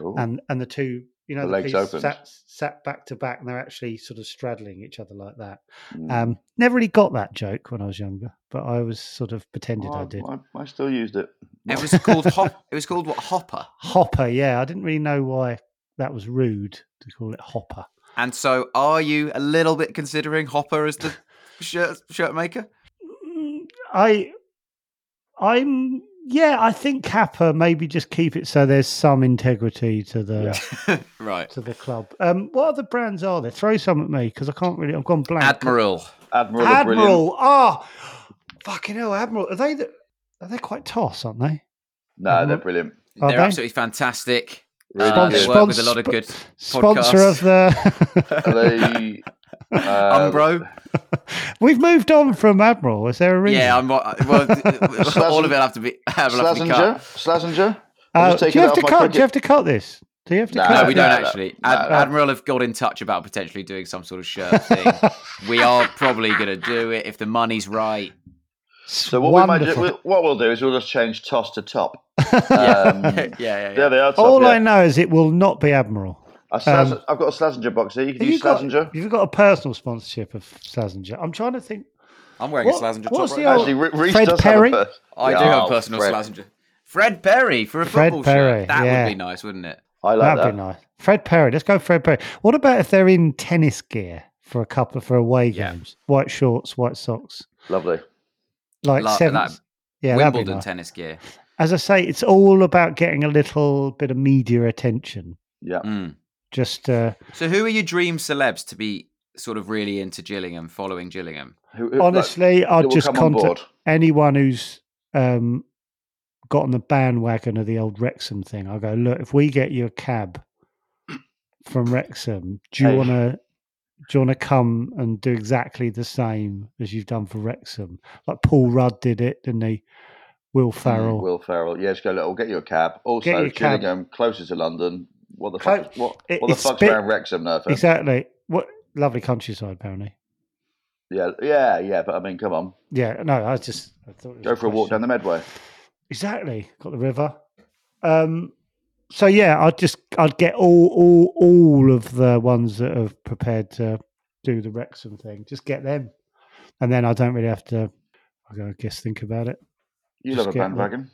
Ooh. and and the two. You know, The the, legs police opened. sat, sat back to back, and they're actually sort of straddling each other like that. Mm. Um, never really got that joke when I was younger, but I was sort of pretended Oh, I did. I, I still used it. It was called hop. It was called what Hopper. Hopper, yeah, I didn't really know why that was rude to call it Hopper. And so, are you a little bit considering Hopper as the shirt shirt maker? Mm, I, I'm, yeah, I think Kappa maybe just keep it so there's some integrity to the right. to the club. Um, what other brands are there? Throw some at me because I can't really. I've gone blank. Admiral. Admiral, of Brilliant. Admiral. Ah, fucking hell, Admiral. Are they the, are they quite toss, aren't they? No, they're Admiral. brilliant. Are They're they? absolutely fantastic. Really Uh, they good. work with a lot of good sponsor of the. Are they, um, uh, Umbro. We've moved on from Admiral. Is there a reason? Yeah, I'm. Well, all of it have to be. Have to be Slazenger? cut. Slazenger? I'm Uh, just do taking you it have off to my cut? Do cricket. you have to cut this? Do you have to No, cut? No, we no, don't no, actually. Ad- no. Admiral have got in touch about potentially doing some sort of shirt thing. we are probably going to do it if the money's right. So what we might do, what we'll do is we'll just change toss to top. Um, yeah, yeah, There yeah. they are. Top, All yeah. I know is it will not be Admiral. A Slaz- um, I've got a Slazenger box here. You can Have use got, Slazenger. you've got a personal sponsorship of Slazenger. I'm trying to think. I'm wearing What- a Slazenger top what's right the now. old- Actually, Re- Reece Fred does Perry? have a first. I do Yeah, have oh, a personal Fred. Slazenger. Fred Perry for a Fred football Perry, shirt. That yeah. would be nice, wouldn't it? I like That'd that. be nice. Fred Perry. Let's go, Fred Perry. What about if they're in tennis gear for a couple for away Yeah. games? White shorts, white socks, Lovely. like Like seven. that yeah, that'd be Wimbledon nice. tennis gear. As I say, it's all about getting a little bit of media attention. Yeah. Mm. Just uh, So, who are your dream celebs to be sort of really into Gillingham, following Gillingham? Who- who- like, Honestly, who I'd will just come on board? contact anyone who's um, got on the bandwagon of the old Wrexham thing. I go, look, if we get you a cab from Wrexham, do you Hey. want to? Do you want to come and do exactly the same as you've done for Wrexham? Like Paul Rudd did it, didn't he? Will Farrell. Mm, Will Farrell. Yeah, just go. Look, I'll get you a cab. Also, Mm. you a cab. Gillingham, closer to London. What the Clo- fuck? Is, what, it- what the it's fuck's bit- around Wrexham now? Phil? exactly. What lovely countryside, apparently. Yeah, yeah, yeah. But I mean, come on, Yeah, no, I just I thought it was go for a walk down question. the Medway. Exactly, got the river. Um, so yeah, I'd just I'd get all all all of the ones that are prepared to do the Wrexham thing. Just get them, and then I don't really have to. I go, I guess think about it. You Just love a get the- bandwagon.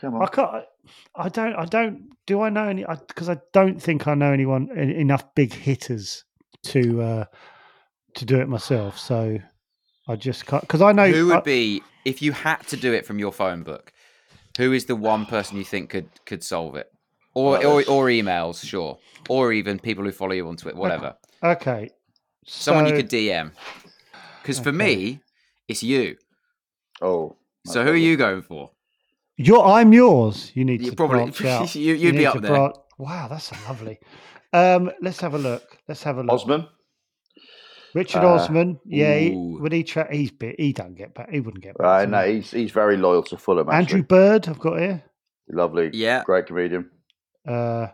Come I on. can't. I don't. I don't. Do I know any? Because I, don't think I know anyone en- enough big hitters to uh to do it myself. So I just can't. Because I know who would I- be if you had to do it from your phone book? Who is the one person you think could could solve it, or Well, or, there's- or emails, sure, or even people who follow you on Twitter, whatever. okay. Someone you so- could DM. Because for Okay. me, it's you. Oh. So who are you going for? You're, I'm yours. You need You to probably- branch out. you- you'd be need up to there. bran- Wow, that's a lovely. Um, let's have a look. Let's have a look. Osman. Richard Uh, Osman. Yeah, he, ooh. when he tra- he's bit, he don't get back. He wouldn't get back. Right, to no, me. he's he's very loyal to Fulham. Andrew Actually. Bird. I've got here. lovely, Yeah. great comedian. Uh,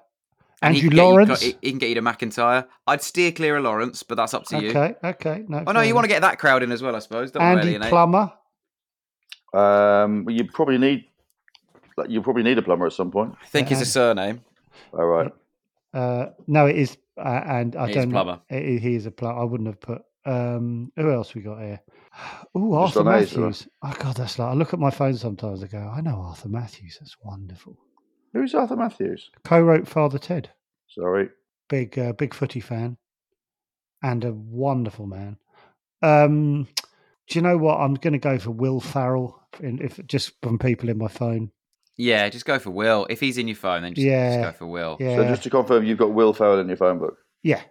And Andrew he can get you- Lawrence. he- he can get you to McIntyre. I'd steer clear of Lawrence, but that's up to you. okay, okay. No, Oh no, you want to get that crowd in as well, I suppose. Don't wanna Andy alienate. Plummer. Um, you probably need like, you probably need a plumber at some point. I think is a Andy. surname. All right, Uh, no, it is. Uh, and I He is a don't. plumber. He, he is a plumber. I wouldn't have put. Um, who else we got here? Oh, Just Arthur on those, or- Matthews. Oh God, that's like I look at my phone sometimes. I go, I know Arthur Matthews. That's wonderful. who's Arthur Matthews? Co-wrote Father Ted. Sorry, Big, uh, big footy fan, and a wonderful man. Um, do you know what? I'm going to go for Will Farrell. In, if just from people in my phone. Yeah, just go for Will. If he's in your phone, then just, Yeah. just go for Will. Yeah. Oh, So just to confirm, you've got Will Ferrell in your phone book. Yeah. Of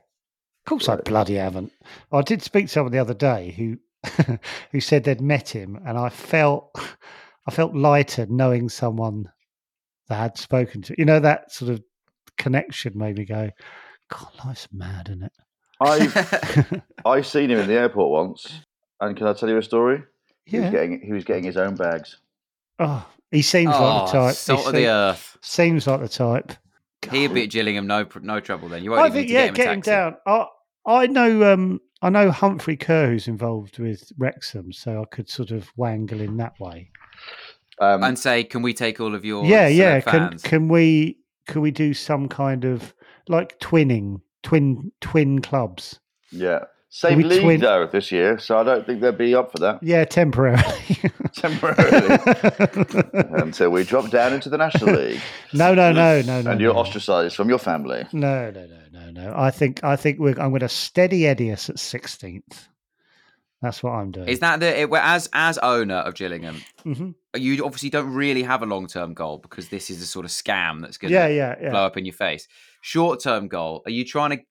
course I bloody haven't. I did speak to someone the other day who who said they'd met him and I felt I felt lighter knowing someone that I had spoken to. You know, that sort of connection made me go, God, life's mad, isn't it? I've I've seen him in the airport once, and can I tell you a story? He was Yeah. getting he was getting his own bags. Oh, he seems oh, like the type. He salt of se- the earth. seems like the type. He'll be at Gillingham, no pr- no trouble. Then you won't I even think need to yeah, get him, a taxi. down. I I know um I know Humphrey Kerr who's involved with Wrexham, so I could sort of wangle in that way. Um, and say, "Can we take all of your yeah yeah select can fans?" can we can we do some kind of like twinning twin twin clubs yeah, same we league twin- though this year, so I don't think they'd be up for that yeah temporarily temporarily until we drop down into the national league no no no no no and you're no. ostracised from your family. no no no no no i think i think we're i'm going to steady eddie us at 16th that's what i'm doing Is that the it, well, as as owner of Gillingham? Mhm. You obviously don't really have a long term goal because this is the sort of scam that's going to yeah yeah yeah blow up in your face. Short term goal: Are you trying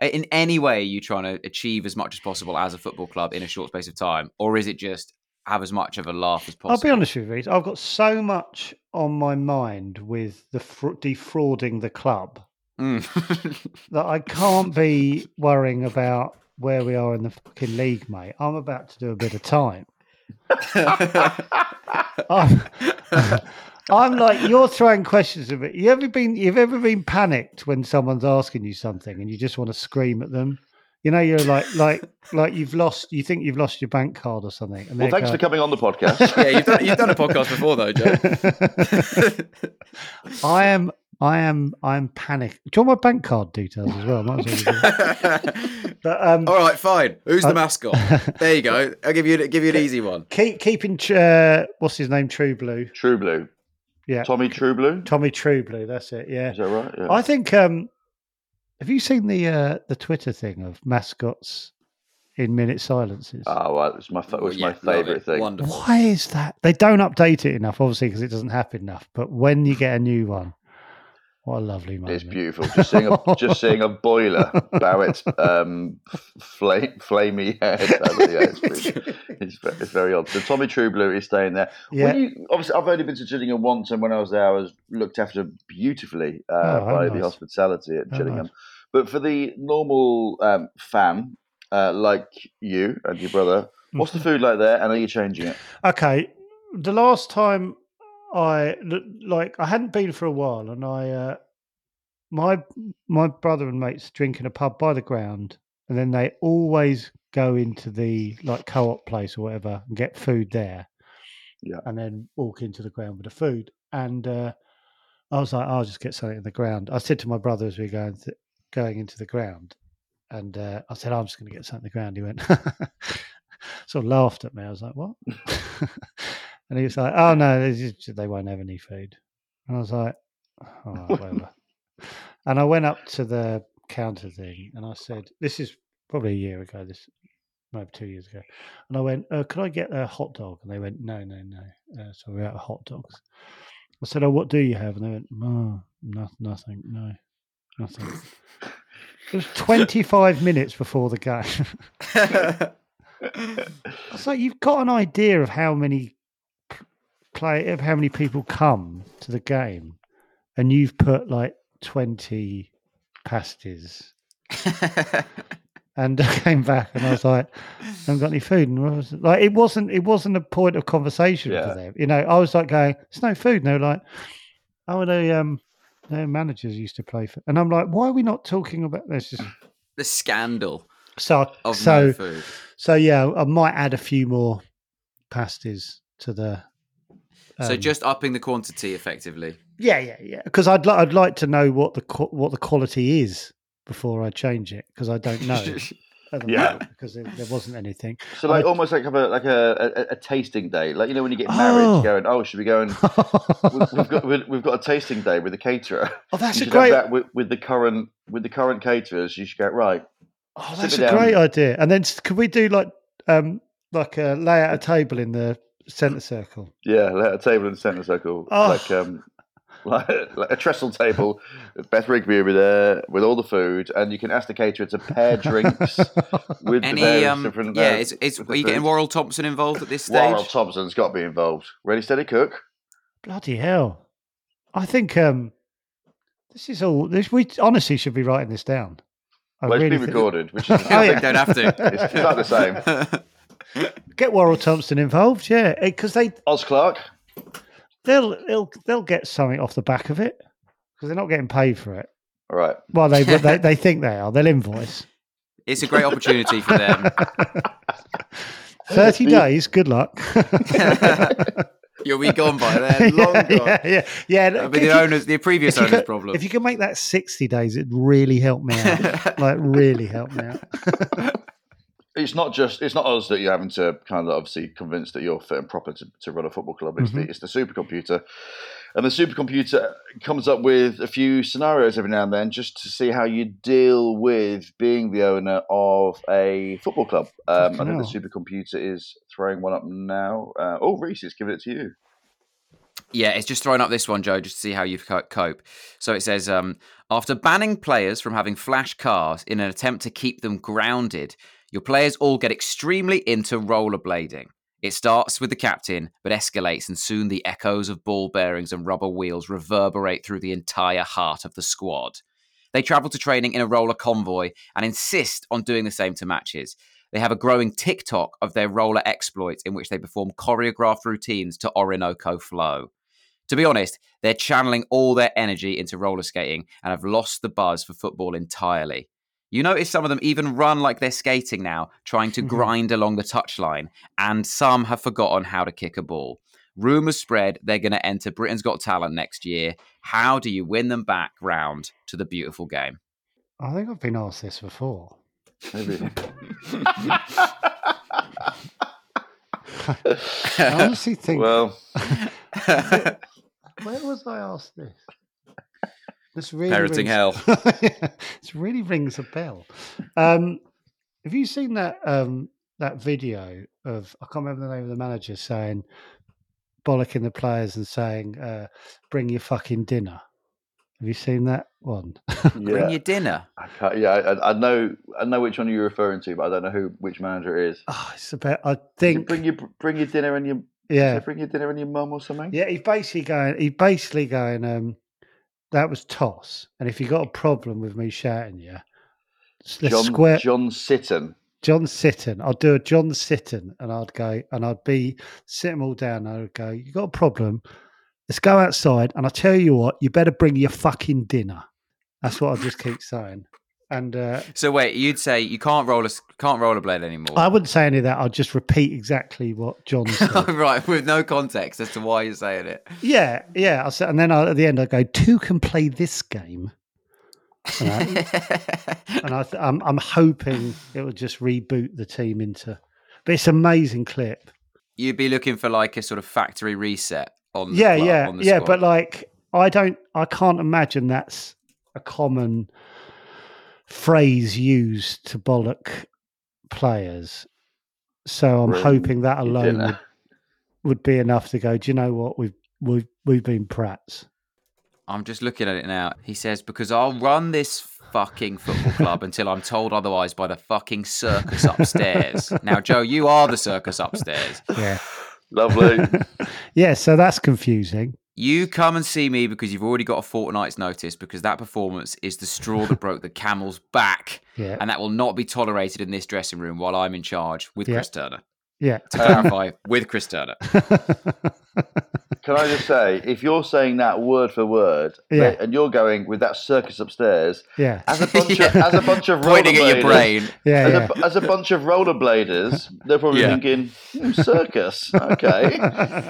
to, in any way, are you trying to achieve as much as possible as a football club in a short space of time, or is it just have as much of a laugh as possible? I'll be honest with you, Reece. I've got so much on my mind with the fr- defrauding the club Mm. that I can't be worrying about where we are in the fucking league, mate. I'm about to do a bit of time. I'm, I'm like you're throwing questions at me. You ever been? You've ever been panicked when someone's asking you something and you just want to scream at them? You know, you're like, like, like you've lost. You think you've lost your bank card or something. And Well, they're thanks going, for coming on the podcast. yeah, you've done, you've done a podcast before though, Joe. I am, I am, I'm panicked. Do you want my bank card details as well? Might as well give you- but um, All right, fine. Who's the mascot? There you go. I'll give you give you an easy one. keep keeping. tr- Uh, what's his name? True Blue. True Blue, Yeah, Tommy True Blue. Tommy True Blue. That's it. Yeah. Is that right? Yeah. I think. Um, have you seen the uh, the Twitter thing of mascots in minute silences? Oh, well, it's my fa- Well, it's yeah, my love favorite it. thing. Wonderful. Why is that? They don't update it enough, obviously, because it doesn't happen enough. But when you get a new one, What a lovely moment. It's beautiful. Just seeing a just seeing a boiler Barrett's um, flame, flamey head. Yeah, it's, pretty- it's, ve- it's very odd. So Tommy Truebloom is staying there. Yeah. When you, obviously, I've only been to Gillingham once, and when I was there, I was looked after beautifully uh, Oh, how by nice. the hospitality at How Gillingham. nice. But for the normal um, fan uh, like you and your brother, what's Mm-hmm. the food like there, and are you changing it? Okay, the last time I like I hadn't been for a while, and I uh, my my brother and mates drink in a pub by the ground, and then they always go into the like co-op place or whatever and get food there, Yeah. and then walk into the ground with the food. And uh, I was like, I'll just get something in the ground. I said to my brother as we were going th- going into the ground, and uh, I said, I'm just going to get something in the ground. He went. Sort of laughed at me. I was like, "What?" and he was like, "Oh no, they, just, they won't have any food." And I was like, "All right, whatever." and I went up to the counter thing and I said, "This is probably a year ago. This maybe two years ago." And I went, uh, "Could I get a hot dog?" And they went, "No, no, no. Uh, so we're out of hot dogs." I said, "Oh, what do you have?" And they went, "No, no nothing. No, nothing." It was 25 minutes before the game. So you've got an idea of how many p- play of how many people come to the game, and you've put like twenty pasties, and I came back and I was like, "I haven't got any food." And I was, like, it wasn't it wasn't a point of conversation Yeah. for them. You know, I was like going, "It's no food." And they were like, "Oh, the um, their managers used to play for," and I'm like, "Why are we not talking about this?" Just the scandal so of so. no food. So yeah, I might add a few more pasties to the. So um, just upping the quantity effectively. yeah, yeah, yeah. Because I'd li- I'd like to know what the qu- what the quality is before I change it because I don't know. at the Yeah. moment, because there, there wasn't anything. So like I- almost like have a like a, a, a tasting day, like you know when you get married, Oh. going oh should we go and we- we've got we've we've got a tasting day with the caterer. oh, that's you a should have great. that with, with the current with the current caterers. You should go right. Oh, Sit that's me a great down. idea. And then s- could we do like um like a lay out a table in the center circle? Yeah, like a table in the centre circle, Oh. like um, like, like a trestle table. Beth Rigby will be there with all the food, and you can ask the caterer to pair drinks with the Any various um, different. yeah, uh, it's, it's different are you getting foods. Warrell Thompson involved at this stage? Warrell Thompson's got to be involved. Ready, steady, cook. Bloody hell! I think um this is all. This we honestly should be writing this down. I Well, it's really been think- recorded, which is Oh, They yeah. don't have to. it's, it's not the same. Get Warrell Thompson involved, yeah, because they Oz Clark. they'll they'll they'll get something off the back of it because they're not getting paid for it. All right. Well, they they, they think they are. They'll invoice It's a great opportunity for them. thirty days. Good luck. You'll be gone by then. Long yeah, gone. yeah, yeah, yeah. That'll be the If you- owners, the previous if you owners' could- problem. If you can make that sixty days, it'd really help me out. like really help me out. it's not just it's not us that you're having to kind of obviously convince that you're fit and proper to, to run a football club. It's Mm-hmm. the it's the supercomputer, and the supercomputer comes up with a few scenarios every now and then just to see how you deal with being the owner of a football club. Um, I Fucking think the hell. supercomputer is throwing one up now. Uh, oh, Reese, it's giving it to you. Yeah, it's just throwing up this one, Joe, just to see how you co- cope. So it says, um, after banning players from having flash cars in an attempt to keep them grounded, your players all get extremely into rollerblading. It starts with the captain, but escalates, and soon the echoes of ball bearings and rubber wheels reverberate through the entire heart of the squad. They travel to training in a roller convoy and insist on doing the same to matches. They have a growing TikTok of their roller exploits in which they perform choreographed routines to Orinoco Flow. To be honest, they're channeling all their energy into roller skating and have lost the buzz for football entirely. You notice some of them even run like they're skating now, trying to grind along the touchline, and some have forgotten how to kick a ball. Rumours spread they're going to enter Britain's Got Talent next year. How do you win them back round to the beautiful game? I think I've been asked this before. Maybe. I honestly think well, Where was I asked this? This really Parenting rings- this really rings a bell. Um, have you seen that um, that video of I can't remember the name of the manager saying bollocking the players and saying uh, bring your fucking dinner? Have you seen that one? Bring your dinner. I can't, yeah, I, I know. I know which one you're referring to, but I don't know who which manager it is. Oh, it's about. I Is Ah, it think. bring your bring your dinner and your yeah, bring your dinner and your mum or something. yeah. He's basically going. He's basically going. Um, that was toss. And if you got a problem with me shouting you, s- let's John square John Sitton. John Sitton. I'd do a John Sitton, and I'd go and I'd be sit them all down. And I'd go. You got a problem? Let's go outside. And I tell you what, you better bring your fucking dinner. That's what I just keep saying. And uh, So wait, you'd say you can't roll a can't rollerblade anymore. I wouldn't say any of that. I'd just repeat exactly what John said. right, with no context as to why you're saying it. Yeah, yeah. I said, and then I, at the end, I go, two can play this game. And, I, and I th- I'm, I'm hoping it will just reboot the team into. But it's an amazing clip. You'd be looking for like a sort of factory reset on the yeah, club, yeah, on the yeah. squad. But like, I don't, I can't imagine that's a common phrase used to bollock players. So I'm Bring hoping that your alone would, dinner. would be enough to go. Do you know what we've we've we've been prats. I'm just looking at it now. He says, because I'll run this fucking football club until I'm told otherwise by the fucking circus upstairs. now, Joe, you are the circus upstairs. Yeah, Lovely. yeah. So that's confusing. You come and see me because you've already got a fortnight's notice because that performance is the straw that broke the camel's back. Yeah. And that will not be tolerated in this dressing room while I'm in charge with Yeah. Chris Turner. Yeah. To clarify, with Chris Turner. uh, Can I just say, if you're saying that word for word, Yeah. and you're going with that circus upstairs, yeah. as a bunch of as a bunch of Pointing at your rollerbladers- brain. Yeah. As, yeah. a, as a bunch of rollerbladers, they're probably Yeah. thinking hmm, circus, okay,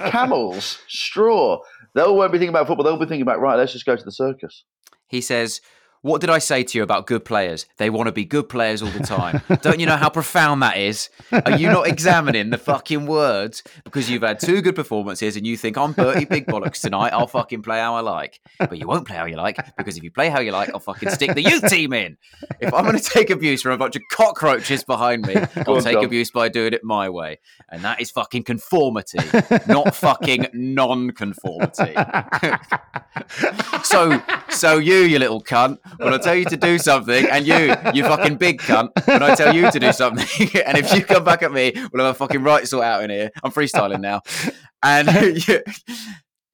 camels, straw. They all won't be thinking about football. They'll be thinking about right. Let's just go to the circus. He says, What did I say to you about good players? They want to be good players all the time. Don't you know how profound that is? Are you not examining the fucking words because you've had two good performances and you think, I'm Bertie Big Bollocks tonight, I'll fucking play how I like. But you won't play how you like because if you play how you like, I'll fucking stick the youth team in. If I'm going to take abuse from a bunch of cockroaches behind me, Go I'll on, take Dom. abuse by doing it my way. And that is fucking conformity, not fucking non conformity. So, so you, you little cunt, when I tell you to do something, and you, you fucking big cunt, when I tell you to do something, and if you come back at me, we'll have a fucking right sort out in here. I'm freestyling now, and you,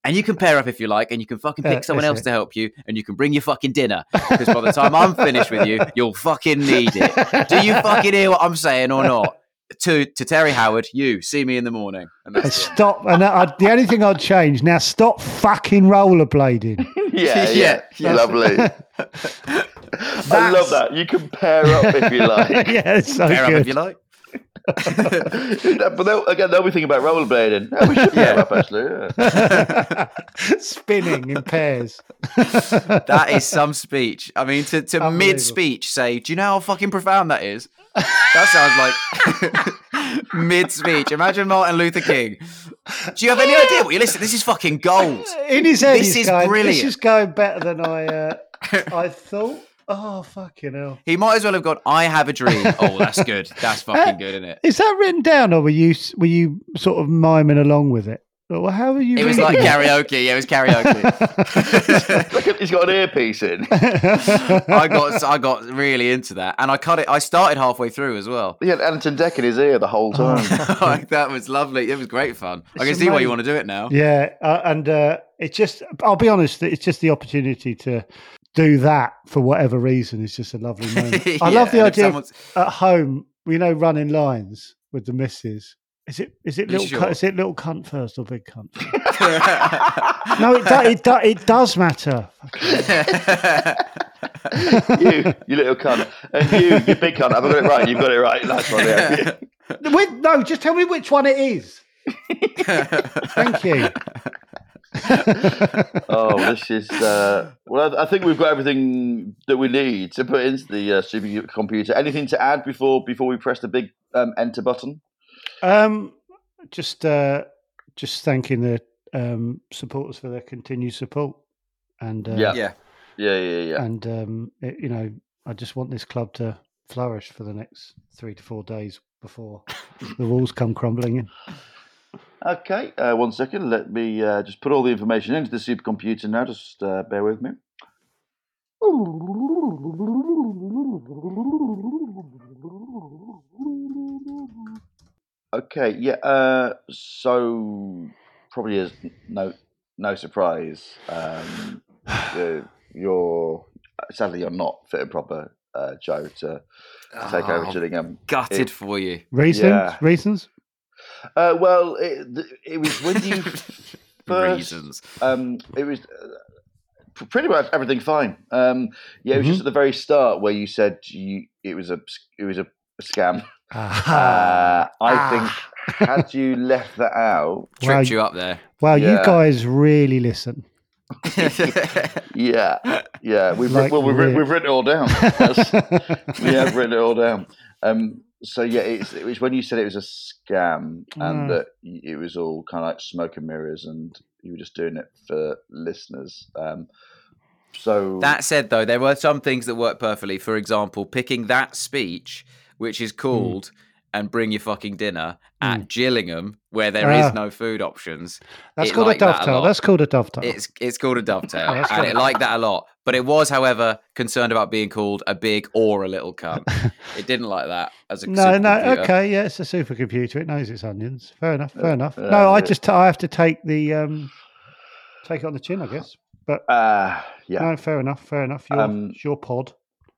and you can pair up if you like, and you can fucking Yeah, pick someone that's else it. to help you, and you can bring your fucking dinner because by the time I'm finished with you, you'll fucking need it. Do you fucking hear what I'm saying or not? To to Terry Howard, you see me in the morning, and And that's it. stop. And I, the only thing I'd change now, stop fucking rollerblading. Yeah, Yeah, yeah, lovely. I love that. You can pair up if you like. yeah, it's so pair up if good. you like. but they'll, again, they'll be thinking about rollerblading. Yeah, we should pair up actually. Yeah. Spinning in pairs. That is some speech. I mean, to, to Unbelievable. mid speech say, do you know how fucking profound that is? That sounds like mid speech. Imagine Martin Luther King. Do you have any idea what you listen? This is fucking gold. In his head, This he's is going, brilliant. This is going better than I, uh, I thought. Oh, fucking hell. He might as well have gone, I have a dream. Oh, that's good. That's fucking good, isn't it? Is that written down or were you were you sort of miming along with it? Or how were you? It was like reading karaoke. Yeah, it was karaoke. Look at- he's got an earpiece in. I got I got really into that. And I cut it. I started halfway through as well. He had Anton Deck in his ear the whole time. Like, that was lovely. It was great fun. I can It's see why amazing. you want to do it now. Yeah, uh, and uh, it's just, I'll be honest, it's just the opportunity to do that for whatever reason is just a lovely moment. I Yeah, love the and if idea of someone's- at home, you know, running lines with the missus. Is it is it You little sure? cunt, is it little cunt first or big cunt? First? no, it, do, it, do, it does matter. you, you little cunt. And you, you big cunt. I've got it right. You've got it right. That's one. Yeah. With, no, just tell me which one it is. Thank you. Oh, this is. Uh, well, I I think we've got everything that we need to put into the uh, supercomputer. Anything to add before before we press the big um, enter button? Um, just uh, just thanking the um, supporters for their continued support, and uh, Yeah. Yeah. Yeah, yeah, yeah. and um, it, you know, I just want this club to flourish for the next three to four days before the walls come crumbling in. Okay, uh, one second. Let me uh, just put all the information into the supercomputer now. Just uh, bear with me. Okay, yeah. Uh, so probably is no no surprise. Um, you're, you're sadly you're not fit and proper, uh, Joe, to, to take over Oh, Gillingham. Gutted It- for you. Reasons? Yeah. Reasons? Uh, well, it, th- it was when you first. Reasons. Um, it was uh, p- pretty much everything fine. Um, yeah, it was just at the very start where you said you it was a s- it was a scam. Uh, Ah. I think had you left that out, Wow, Tripped you up there. wow Yeah. you guys really listen. yeah, yeah, we've Like well, we've, writ- Rick. we've written it all down. That's- we have written it all down. Um, so yeah, it's, it was when you said it was a scam Mm. and that y- it was all kind of like smoke and mirrors, and you were just doing it for listeners. Um, so That said, though, there were some things that worked perfectly. For example, picking that speech, which is called Hmm. "And Bring Your Fucking Dinner" at Gillingham, where there is Ah. no food options. That's It called a liked that a dovetail. lot. That's called a dovetail. It's it's called a dovetail, Oh. that's and funny. it liked that a lot. But it was, however, concerned about being called a big or a little cunt. it didn't like that as a No, no, supercomputer. okay, yeah, it's a supercomputer. It knows its onions. Fair enough, fair enough. yeah, No, I yeah. just I have to take the um, take it on the chin, I guess. But uh, yeah, no, fair enough, fair enough. Your, Um, it's your pod.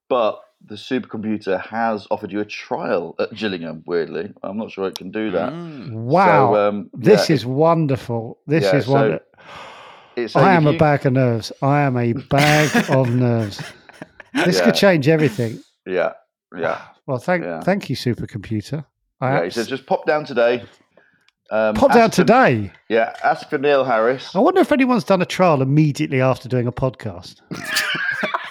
but the supercomputer has offered you a trial at Gillingham. Weirdly, I'm not sure it can do Mm. that. Hmm. Wow, um, this yeah, is wonderful. This yeah, is so one. It's I only am a you- bag of nerves. I am a bag of nerves. This Yeah. could change everything. Yeah, yeah. Well, thank Yeah. thank you, supercomputer. I Yeah, have- he said, just pop down today. Um, pop down ask for- today. Oh. Yeah, ask for Neil Harris. I wonder if anyone's done a trial immediately after doing a podcast.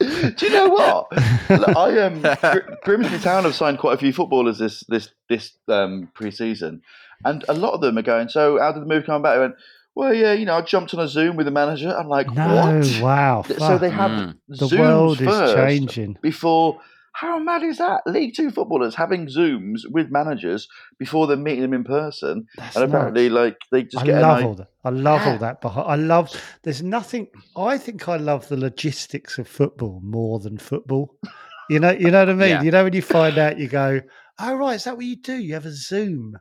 Do you know what? Look, I um, Gr- Grimsby Town have signed quite a few footballers this this this um, pre-season, and a lot of them are going. So, how did the move come about? I went, well, yeah, you know, I jumped on a Zoom with the manager. I'm like, No, what? wow. So fuck. they have Mm. the Zooms world is first changing. before. How mad is that? League Two footballers having Zooms with managers before they're meeting them in person, That's and apparently, nuts. like, they just I get love an all that. I love Yeah. all that. Behind, I love. There's nothing. I think I love the logistics of football more than football. You know. You know what I mean. Yeah. You know when you find out, you go, "Oh right, is that what you do? You have a Zoom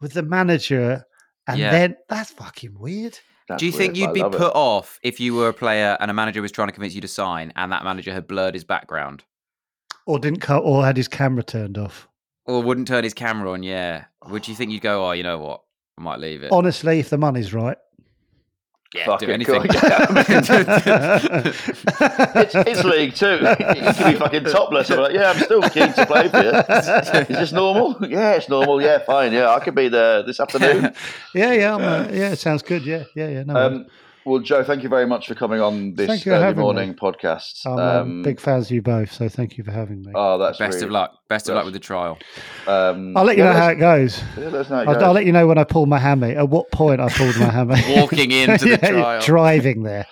with the manager, and Yeah. then that's fucking weird." That's Do you think weird, you'd but I be love it. put off if you were a player and a manager was trying to convince you to sign, and that manager had blurred his background Or didn't cut, or had his camera turned off. or wouldn't turn his camera on? Yeah, would you think you'd go? Oh, you know what? I might leave it. Honestly, if the money's right, yeah, Fucking do anything. cool. it's, it's League Two. You can be fucking topless. I'm like, yeah, I'm still keen to play for you. Is this normal? Yeah, it's normal. Yeah, fine. Yeah, I could be there this afternoon. yeah, yeah, I'm, uh, yeah, it sounds good. Yeah, yeah, yeah. No, worries. Um, well, Joe, thank you very much for coming on Thank this you for early having me. morning podcast. I'm um, big fans of you both, so thank you for having me. Oh, that's Best of really- luck. Best of luck That's- with the trial. Um, I'll let you yeah, know how it let's- goes. yeah, let's know how it I'll, goes. I'll let you know when I pull my hammy. At what point I pulled my hammy? Walking into the Yeah, trial. driving there.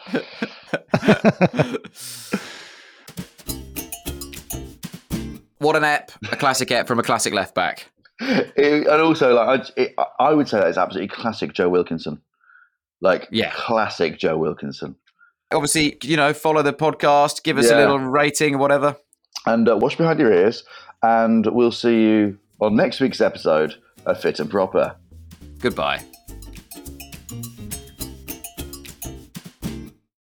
What an ep! A classic ep from a classic left back. It- and also, like, I, it, I would say that is absolutely classic Joe Wilkinson. Like, Yeah. classic Joe Wilkinson. Obviously, you know, follow the podcast, give us a Yeah. little rating or whatever. and uh, watch behind your ears. And we'll see you on next week's episode of Fit and Proper. Goodbye.